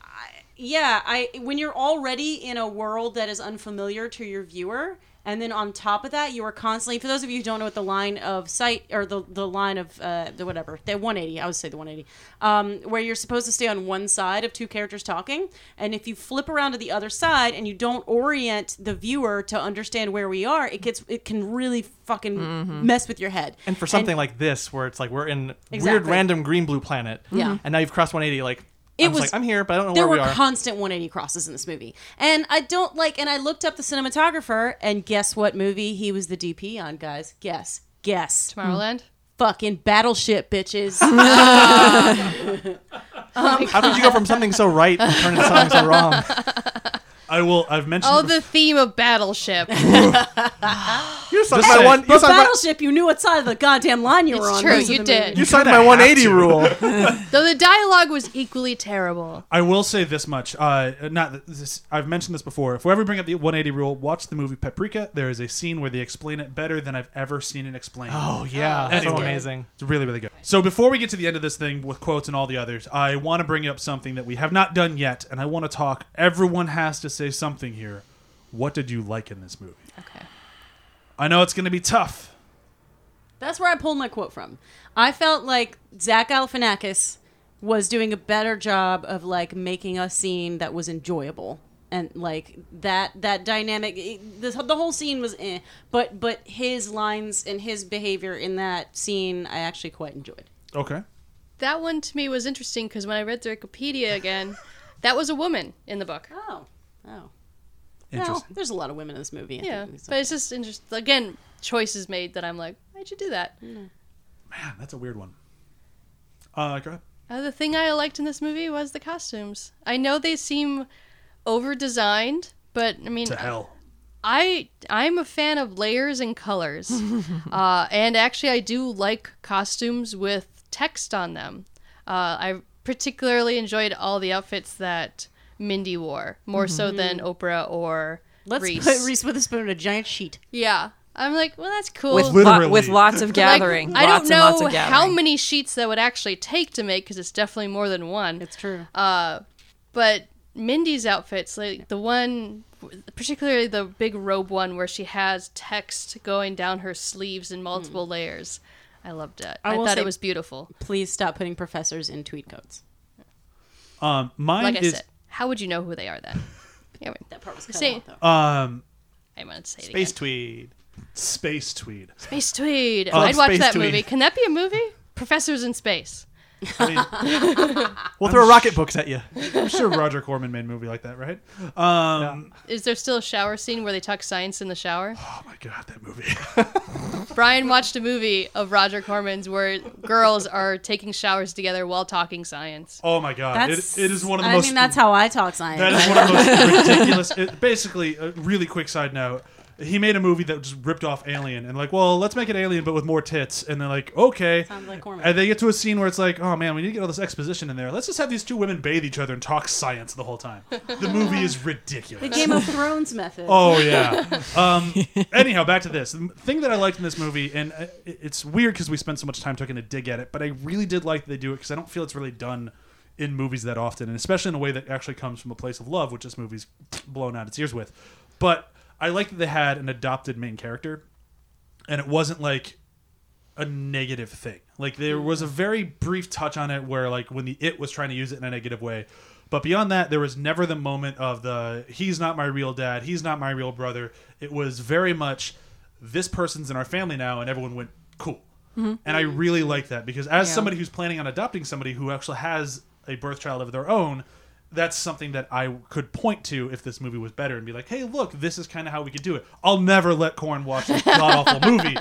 I, yeah, I when you're already in a world that is unfamiliar to your viewer, and then on top of that, you are constantly. For those of you who don't know what the line of sight or the the line of uh, the whatever the 180, I would say the 180, um, where you're supposed to stay on one side of two characters talking, and if you flip around to the other side and you don't orient the viewer to understand where we are, it gets it can really fucking mess with your head. Mm-hmm. And for something like this, where it's like we're in weird Exactly. random green blue planet, Yeah. Mm-hmm. and now you've crossed 180. Like It I was, was- like, I'm here, but I don't know there Oh, where were we are. constant 180 crosses in this movie and i don't like and i looked up the cinematographer and guess what movie he was the dp on guys guess guess Tomorrowland. fucking battleship <laughs> bitches How could you go from something so right and turn into something so <laughs> wrong? I will. I've mentioned. Oh, it before. the theme of <laughs> Battleship. You signed Hey, my one. You but signed my, battleship you knew what side of the goddamn line you were It's on true, most of you the did. movie. you signed I my have 180 to. rule. Though the dialogue was equally terrible. I will say this much. Uh, not that this, I've mentioned this before. If we ever bring up the 180 rule, watch the movie Paprika. There is a scene where they explain it better than I've ever seen it explained. Oh yeah, so Anyway. amazing. It's really, really good. So before we get to the end of this thing with quotes and all the others, I want to bring up something that we have not done yet, and I want to talk. Everyone has to say something here. What did you like in this movie? Okay. I know it's going to be tough. that's where i pulled my quote from i felt like zach galifianakis was doing a better job of like making a scene that was enjoyable and like that that dynamic it- the, the whole scene was eh, but but his lines and his behavior in that scene i actually quite enjoyed Okay. That one to me was interesting because when I read the Wikipedia <laughs> again, that was a woman in the book. oh oh no Interesting. there's a lot of women in this movie I Yeah, think, so- but it's just interesting. Again, choices made that I'm like, why'd you do that? Mm. Man, that's a weird one. Uh, go ahead. Uh, the thing I liked in this movie was the costumes. I know they seem over designed, but I mean, To hell. I I'm a fan of layers and <laughs> colors, uh, and actually I do like costumes with text on them. Uh, I particularly enjoyed all the outfits that Mindy wore more so Mm-hmm. than Oprah or let's Reese. put reese witherspoon in a giant sheet yeah, I'm like, well, that's cool. with Literally. lo- with lots <laughs> of Like, gathering. I don't lots know and lots of gathering. how many sheets that would actually take to make because it's definitely more than one. it's true but Mindy's outfits, like the one, particularly the big robe one where she has text going down her sleeves in multiple layers. I loved it. I I, will thought say- it was beautiful. please stop putting professors in tweed coats Um, mine Like I is. said, how would you know who they are then? <laughs> Yeah, wait, that part was cut See- out, though. Um, I want to say it Space again. tweed. Space Tweed. Space Tweed. Oh, I'd watch Space that Tweed. movie. Can that be a movie? Professors in Space. I mean, We'll throw rocket books at you. I'm sure Roger Corman made a movie like that, right? Um, Is there still a shower scene where they talk science in the shower? Oh my god, that movie. <laughs> Brian watched a movie of Roger Corman's where girls are taking showers together while talking science. Oh my god, it, that's it is one of the i most. mean that's how i talk science That is one of the most ridiculous. It, basically, a really quick side note. He made a movie that just ripped off Alien and like, well, let's make it Alien but with more tits. And they're like, okay. Sounds like Corman. and they get to a scene where it's like, oh man, we need to get all this exposition in there. Let's just have these two women bathe each other and talk science the whole time. The movie is the ridiculous. game of thrones method Oh yeah. Um, anyhow, back to this the thing that I liked in this movie, and uh, it- it's weird because we spent so much time taking a dig at it, but I really did like that they do it because I don't feel it's really done in movies that often, and especially in a way that actually comes from a place of love, which this movie's blown out its ears with. But I like that they had an adopted main character, and it wasn't like a negative thing. Like there was a very brief touch on it where like when the it was trying to use it in a negative way. But beyond that, there was never the moment of the he's not my real dad, he's not my real brother. It was very much this person's in our family now and everyone went cool. And I really like that because as somebody who's planning on adopting somebody who actually has a birth child of their own, that's something that I could point to if this movie was <laughs> better and be like, hey, look, this is kind of how we could do it. I'll never let Corn watch this god awful movie,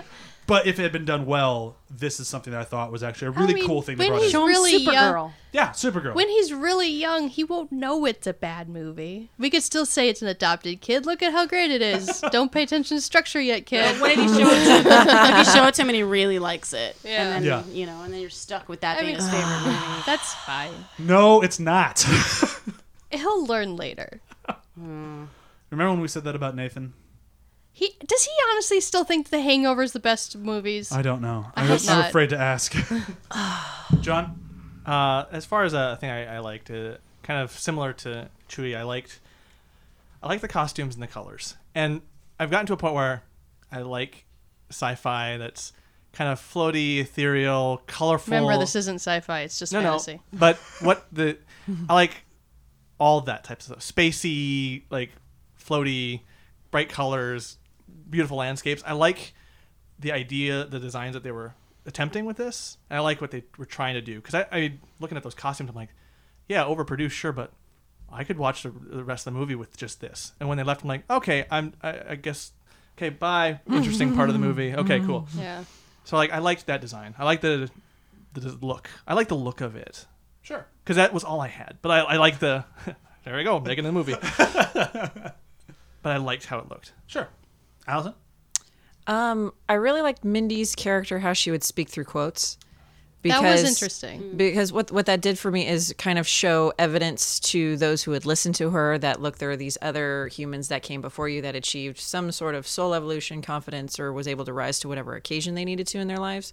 But if it had been done well, this is something that I thought was actually a really mean, cool thing to when brought in. he's Show him really young- Supergirl. Yeah, Supergirl. When he's really young, he won't know it's a bad movie. We could still say it's an adopted kid. Look at how great it is. Don't pay attention to structure yet, kid. <laughs> What if you show it to him? if you show it to him and he really likes it? Yeah. And then, Yeah. you know, and then you're stuck with that I being mean- his <sighs> favorite movie. That's fine. no, it's not. <laughs> He'll learn later. Remember when we said that about Nathan? He does he honestly still think The Hangover is the best movies? I don't know. I hope am not. afraid to <laughs> ask. John, <laughs> Uh, as far as a thing I, I liked, uh, kind of similar to Chewie, I liked, I like the costumes and the colors, and I've gotten to a point where I like sci-fi that's kind of floaty, ethereal, colorful. Remember, this isn't sci-fi. It's just no, fantasy. no. But what the I like all that type of stuff, spacey, like floaty, bright colors, beautiful landscapes. I like the idea, the designs that they were attempting with this. And I like what they were trying to do because I, I looking at those costumes, I'm like, yeah, overproduced, sure, but I could watch the, the rest of the movie with just this. And when they left, I'm like, okay, I'm I, I guess okay, bye. Interesting part of the movie. Okay, cool. Yeah. So like I liked that design. I like the the the look. I like the look of it. Sure. Because that was all I had. But I, I like the <laughs> there we go making the movie. but I liked how it looked. sure. Allison, Um, I really liked Mindy's character, how she would speak through quotes. Because, That was interesting. Because what what that did for me is kind of show evidence to those who would listen to her that look, there are these other humans that came before you that achieved some sort of soul evolution, confidence, or was able to rise to whatever occasion they needed to in their lives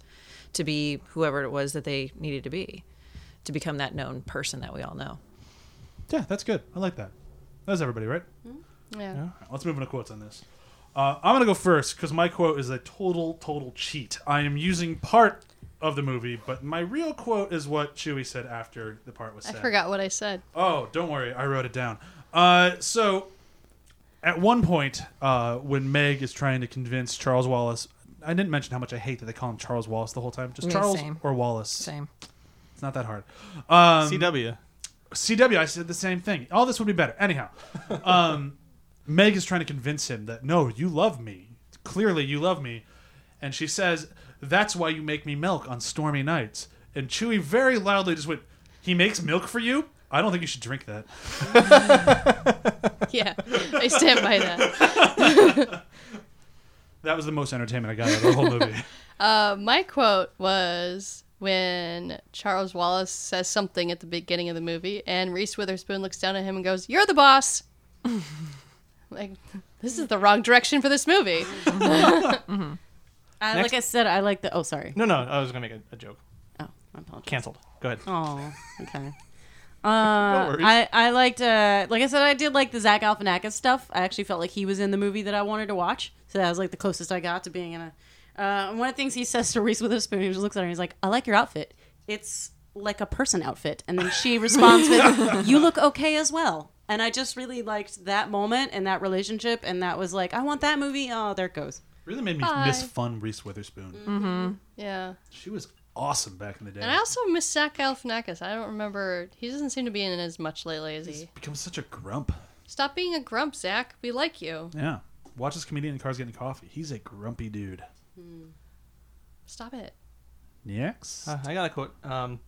to be whoever it was that they needed to be, to become that known person that we all know. yeah, that's good. I like that. That was everybody, right? Yeah. All right, let's move into quotes on this. Uh, I'm gonna go first because my quote is a total, total cheat. I am using part of the movie, but my real quote is what Chewie said after the part was I said. forgot what I said. Oh, don't worry, I wrote it down. Uh, so, at one point, uh, when Meg is trying to convince Charles Wallace, I didn't mention how much I hate that they call him Charles Wallace the whole time. Just Yeah, Charles same. or Wallace. Same. It's not that hard. Um, CW. CW, I said the same thing. All this would be better. Anyhow, um, Meg is trying to convince him that, no, you love me. Clearly, you love me. And she says, that's why you make me milk on stormy nights. And Chewie very loudly just went, he makes milk for you? I don't think you should drink that. Yeah. I stand by that. That was the most entertainment I got out of the whole movie. Uh, my quote was when Charles Wallace says something at the beginning of the movie, and Reese Witherspoon looks down at him and goes, "You're the boss." like, this is the wrong direction for this movie. I, like I said, I like the. Oh, sorry. No, no, I was gonna make a, a joke. Oh, I apologize. Cancelled. Go ahead. Oh, <laughs> okay. Uh, worries. I, I liked, uh, like I said, I did like the Zach Galifianakis stuff. I actually felt like he was in the movie that I wanted to watch. So that was like the closest I got to being in a. Uh, and one of the things he says to Reese Witherspoon, he just looks at her and he's like, I like your outfit. It's like a person outfit. And then she responds <laughs> with, You look okay as well. And I just really liked that moment and that relationship. And that was like, I want that movie. Oh, there it goes. really made me Bye. miss fun Reese Witherspoon. Yeah. She was awesome back in the day. And I also miss Zach Galifianakis. I don't remember. He doesn't seem to be in as much lately as he. Become such a grump. Stop being a grump, Zach. We like you. Yeah. Watch this comedian in Cars Getting Coffee. He's a grumpy dude. Stop it. Next. Uh, I got a quote. Um,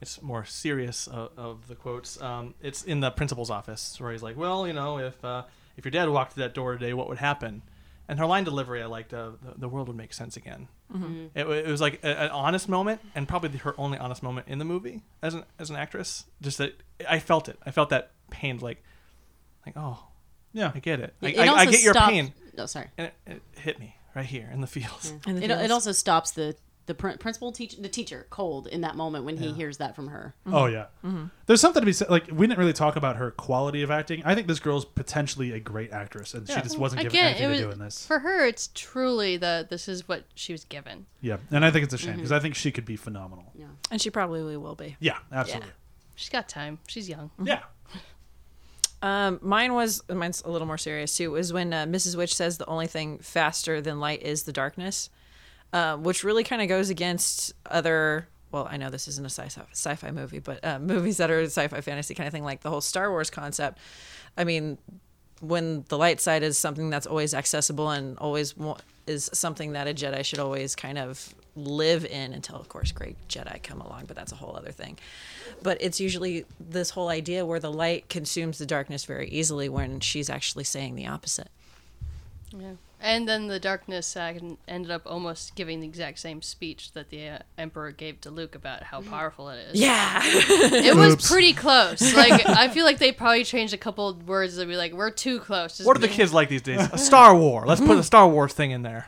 it's more serious of, of the quotes. Um, it's in the principal's office where he's like, "Well, you know, if uh, if your dad walked through that door today, what would happen?" And her line delivery, I liked. Uh, the, the world would make sense again. Mm-hmm. It, wa- it was like a, an honest moment, and probably her only honest moment in the movie as an as an actress. Just that I felt it. I felt that pain. Like, like oh, yeah. I get it. I, It I, I also get your stopped- pain, No, sorry. and it, it hit me right here in the <laughs> feels. And the It, it feels. also stops the the prin- principal teacher, the teacher, cold in that moment when he hears that from her. Mm-hmm. Oh yeah. There's something to be said. Like we didn't really talk about her quality of acting. I think this girl's potentially a great actress, and she just wasn't given Again, anything it was to do in this. for her. It's truly the this is what she was given. yeah, and I think it's a shame Mm-hmm. because I think she could be phenomenal. Yeah, And she probably will be. absolutely. She's got time. She's young. Yeah. Um, mine was mine's a little more serious too. Was when uh, Mrs. Witch says the only thing faster than light is the darkness, uh, which really kind of goes against other. Well, I know this isn't a sci- sci-fi <laughs> movie, but uh, movies that are sci-fi fantasy kind of thing, like the whole Star Wars concept. I mean, when the light side is something that's always accessible and always wa- is something that a Jedi should always kind of live in until of course great Jedi come along but that's a whole other thing but it's usually this whole idea where the light consumes the darkness very easily when she's actually saying the opposite Yeah. And then the darkness sag ended up almost giving the exact same speech that the uh, emperor gave to Luke about how powerful it is. yeah It was Oops. pretty close. Like I feel like they probably changed a couple of words to be like, "We're too close." Just What are the kids like these days? <laughs> A Star War. Let's put a Star Wars thing in there.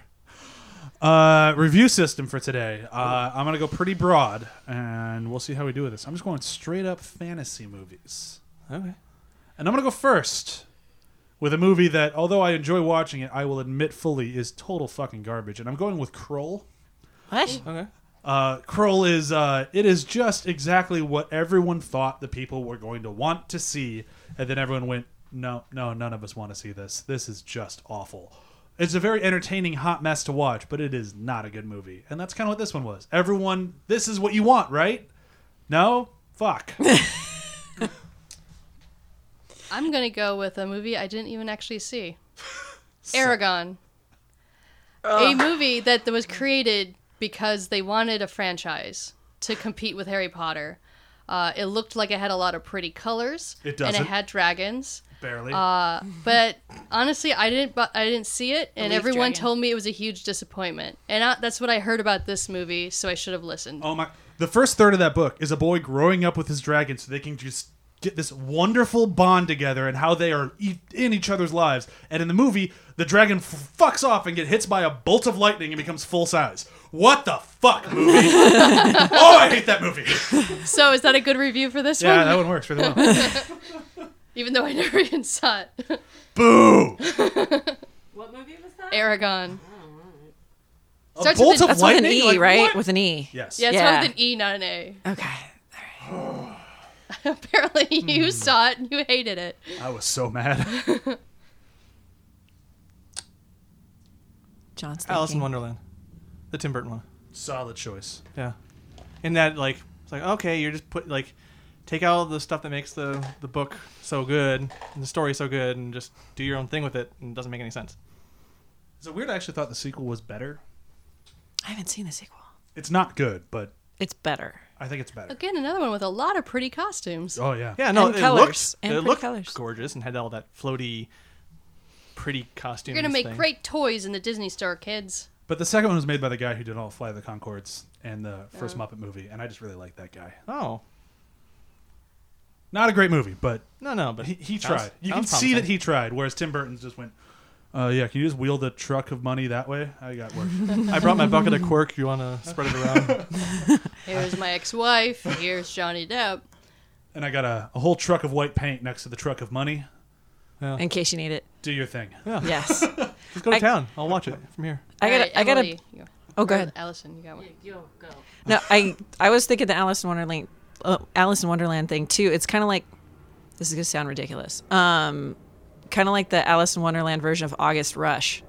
Uh, review system for today. Uh, I'm gonna go pretty broad, and we'll see how we do with this. I'm just going straight up fantasy movies, Okay. and I'm gonna go first with a movie that, although I enjoy watching it, I will admit fully is total fucking garbage. And I'm going with Kroll. what Okay. Uh, Kroll is uh, it is just exactly what everyone thought the people were going to want to see, and then everyone went, no, no, none of us want to see this. This is just awful. It's a very entertaining hot mess to watch, but it is not a good movie, and that's kind of what this one was. Everyone, this is what you want, right? No, fuck. I'm gonna go with a movie I didn't even actually see. Aragon. A movie that was created because they wanted a franchise to compete with Harry Potter. Uh, it looked like it had a lot of pretty colors, It and doesn't. it had dragons. Barely. Uh, but honestly, I didn't. bu- I didn't see it, and leaf everyone dragon. told me it was a huge disappointment. And I, that's what I heard about this movie, so I should have listened. Oh my! The first third of that book is a boy growing up with his dragon, so they can just get this wonderful bond together and how they are e- in each other's lives. And in the movie, the dragon f- fucks off and get hits by a bolt of lightning and becomes full size. What the fuck movie? oh, I hate that movie. So is that a good review for this yeah, that one? one works really well. Even though I <laughs> never even saw it. <laughs> <laughs> Boo! What movie was that? Aragon. A Starts with bolt an- of that's with lightning, an e Like, right what? with an e Yes. Yeah, it's Yeah. one with an E, not an A. okay <laughs> Apparently, you Hmm. saw it and you hated it. I was so mad. <laughs> John's Alice in thinking. Wonderland, the Tim Burton one. Solid choice. Yeah. In that, like, it's like okay, you're just put like, take out all the stuff that makes the the book so good and the story so good, and just do your own thing with it, and it doesn't make any sense. Is it weird? I actually thought the sequel was better. I haven't seen the sequel It's not good, but it's better I think it's better. Again, another one with a lot of pretty costumes. Oh yeah. Yeah, no, And it colours. looked And it pretty looked colours. gorgeous and had all that floaty, pretty costume. You're gonna make great toys in the Disney store, kids. But the second one was made by the guy who did all Fly the Concords and the first Muppet movie, and I just really like that guy. Oh Not a great movie, but no, no, but he, he sounds- tried. You can sounds see that promising. he tried, whereas Tim Burton's just went, uh, yeah, can you just wheel the truck of money that way? I got work. I brought my bucket <laughs> of quirk. You want to spread it <laughs> around? <laughs> Here's my ex-wife. Here's Johnny Depp. and I got a, a whole truck of white paint next to the truck of money. in case you need it Do your thing. Oh. <laughs> yes Just go to I- town. I'll watch it from here. I got Alright, I got to Emily, you- Oh, go or ahead. Allison, you got one. go. No, I I was thinking the Alice in Wonderland uh, Alice in Wonderland thing too. It's kind of like this is gonna sound ridiculous. Um, kind of like the Alice in Wonderland version of August Rush.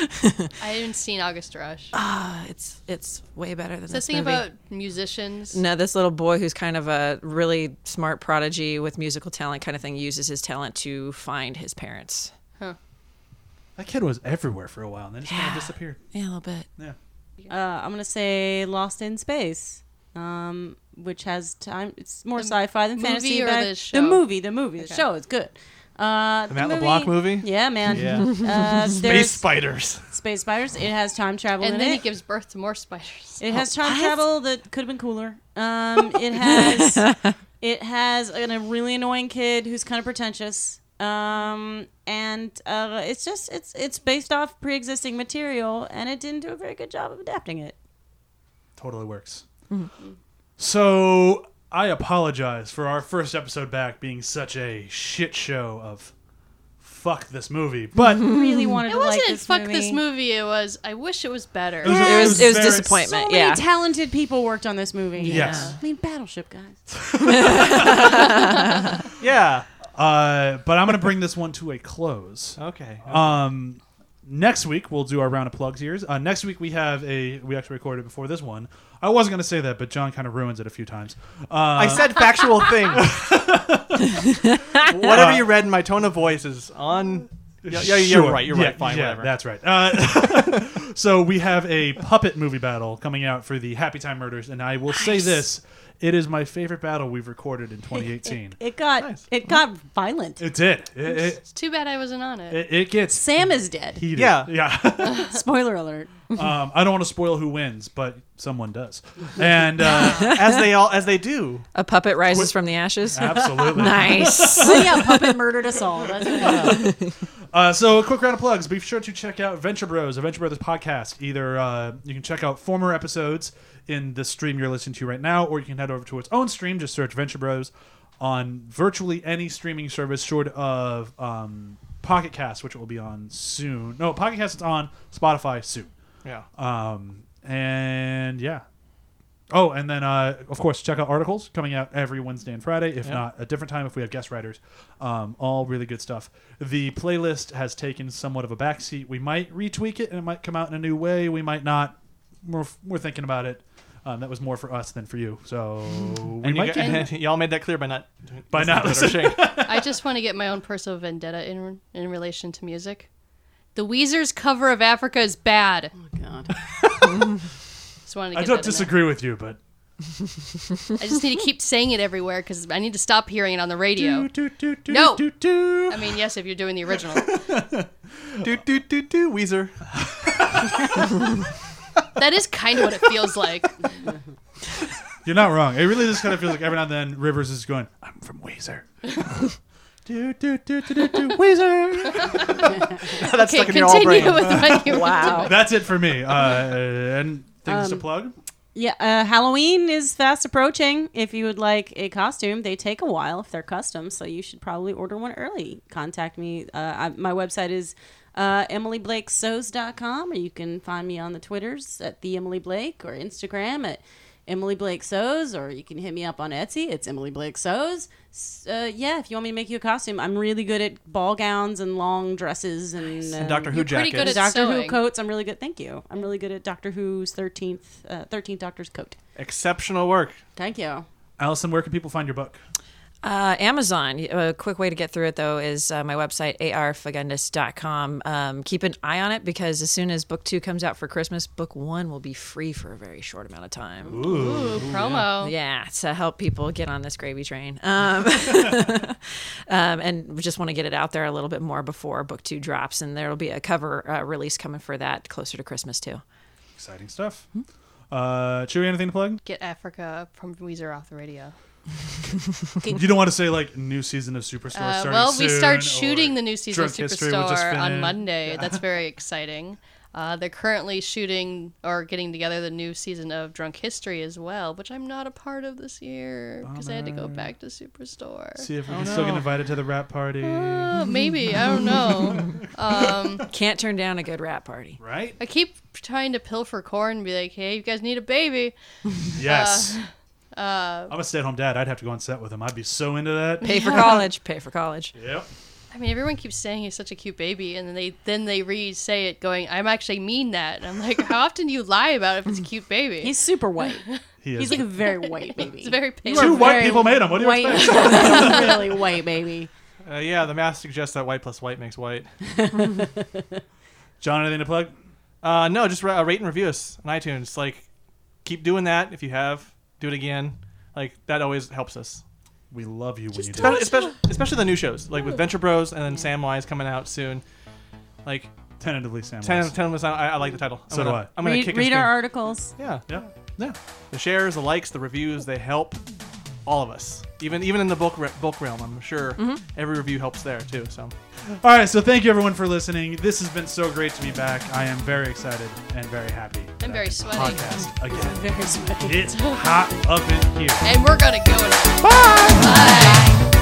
I haven't seen August Rush. Uh, it's it's way better than the this thing movie. about musicians. no, this little boy who's kind of a really smart prodigy with musical talent kind of thing uses his talent to find his parents. That kid was everywhere for a while, and then just kind of disappeared. Yeah, a little bit. Yeah. Uh, I'm gonna say Lost in Space, um, which has time. It's more sci-fi than movie fantasy. or but the show? movie, the movie, the show is good. Uh, The Matt LeBlanc movie? Yeah, man. Yeah. <laughs> Uh, Space there's spiders. space spiders. It has time travel and in then it. he gives birth to more spiders. It has time travel that could have been cooler. Um, it has <laughs> it has an, a really annoying kid who's kind of pretentious. Um, and uh, it's just it's it's based off pre-existing material, and it didn't do a very good job of adapting it. Totally works. So I apologize for our first episode back being such a shit show of fuck this movie, but. Really wanted It to like wasn't this fuck movie. this movie. It was I wish it was better. It was- It was it was very- So disappointment. many yeah. talented people worked on this movie. Yes. I mean, Battleship guys. Yeah. Uh, but I'm going to bring this one to a close. Okay. Um, next week we'll do our round of plugs here. Uh, next week we have a we actually recorded before this one. I wasn't going to say that, but John kind of ruins it a few times. Uh, <laughs> I said factual things. Whatever you read in my tone of voice is on. Yeah, yeah you're Sure. right. You're Yeah, right. Fine, yeah, whatever. That's right. Uh, <laughs> so we have a puppet movie battle coming out for the Happy Time Murders, and I will say this: it is my favorite battle we've recorded in 2018. It got Nice. it got violent. it did. It, it, It's too bad I wasn't on it. it, it gets Sam <laughs> is dead. heated. Yeah. yeah. Spoiler alert. <laughs> um, I don't want to spoil who wins, but someone does, and uh, as they all as they do. A puppet rises from the ashes. <laughs> absolutely. Nice. So <laughs> yeah, puppet murdered us all. That's what happened. Uh, so, a quick round of plugs. Be sure to check out Venture Bros, a Venture Brothers podcast. Either uh, you can check out former episodes in the stream you're listening to right now, or you can head over to its own stream. Just search Venture Bros on virtually any streaming service short of um, Pocket Cast, which will be on soon. No, Pocket Cast is on Spotify soon. Yeah. Um, and yeah. Oh, and then uh, of course check out articles coming out every Wednesday and Friday, if not a different time if we have guest writers. Um, all really good stuff. The playlist has taken somewhat of a backseat. We might retweak it, and it might come out in a new way. We might not. We're, we're thinking about it. Um, that was more for us than for you. So we And you, might gu- get, and <laughs> y'all made that clear by not By listening not to it or listening. sharing. I just want to get my own personal vendetta in in relation to music. The Weezer's cover of Africa is bad. God. <laughs> Just wanted to Oh I don't get that in there. disagree with you, but I just need to keep saying it everywhere because I need to stop hearing it on the radio. Do, do, do, No. do, do. I mean, yes, if you're doing the original. do do do do Weezer. <laughs> That is kind of what it feels like. You're not wrong. It really just kind of feels like every now and then Rivers is going, I'm from Weezer. <laughs> do, do, do, do, do, do, Weezer. That's Okay, stuck in your all continue brain. with what you Wow. That's it for me. Uh, and things Um, to plug? Yeah, uh, Halloween is fast approaching. If you would like a costume, they take a while if they're custom, so you should probably order one early. Contact me. Uh, I, my website is uh, emilyblakesewz.com, or you can find me on the Twitters at the Emily Blake or Instagram at Emily Blake Sews, or you can hit me up on Etsy. It's Emily Blake Sews. S- Uh, yeah, if you want me to make you a costume, I'm really good at ball gowns and long dresses and, um, Doctor Who You're pretty good jacket. at- Doctor Who sewing. coats. I'm really good. Thank you. I'm really good at Doctor Who's thirteenth, uh, thirteenth Doctor's coat. Exceptional work. Thank you. Allison, where can people find your book? Uh, Amazon. A quick way to get through it, though, is uh, my website, arfagundis.com. Um, keep an eye on it because as soon as book two comes out for Christmas, book one will be free for a very short amount of time. Ooh, promo. Yeah, to help people get on this gravy train. Um, um, and we just want to get it out there a little bit more before book two drops. And there will be a cover uh, release coming for that closer to Christmas, too. Exciting stuff. Mm-hmm. Uh, Chewy, anything to plug? Get Africa from Weezer off the radio. You don't want to say like new season of Superstore Uh, starting well, we soon, start or shooting the new season of Drunk History will just Superstore on finish. Monday. That's very exciting. Uh, they're currently shooting or getting together the new season of Drunk History as well, which I'm not a part of this year because I had to go back to Superstore. See if we can still get invited to the rap party. Oh, maybe I <laughs> don't know. Can't turn down a good rap party. Right? I keep trying to pill for corn and be like, "Hey, you guys need a baby." Yes. uh, I'm a stay-at-home dad. I'd have to go on set with him. I'd be so into <laughs> that. Pay for college, pay for college. Yep. I mean, everyone keeps saying he's such a cute baby, and then they then they re-say it, going, "I'm actually mean that." And I'm like, "How often do you lie about if it's a cute baby?" He's super <laughs> white. He is. He's like a very white baby. it's very pale. Two white very people made him. What do you white, expect? <laughs> really white baby. Uh, yeah, the math suggests that white plus white makes white. John, anything to plug? Uh, no, just ra- uh, rate and review us on iTunes. Like, keep doing that if you have. Do it again. Like that always helps us. We love you when you do Especially, it. especially, especially the new shows, like with Venture Bros and then Samwise coming out soon. Like Tentatively, Sam. ten, was. ten was out. I, I like the title. So I'm do gonna, I. am gonna Read, kick read and our articles. scream. Yeah, Yeah. Yeah. the shares, the likes, the reviews, they help all of us. Even even in the book re- book realm, I'm sure Mm-hmm. every review helps there too. So All right. So thank you everyone for listening. This has been so great to be back. I am very excited and very happy. I'm very sweaty. Podcast again. Very sweaty. It's hot up in here. And we're gonna go now. Bye. Bye.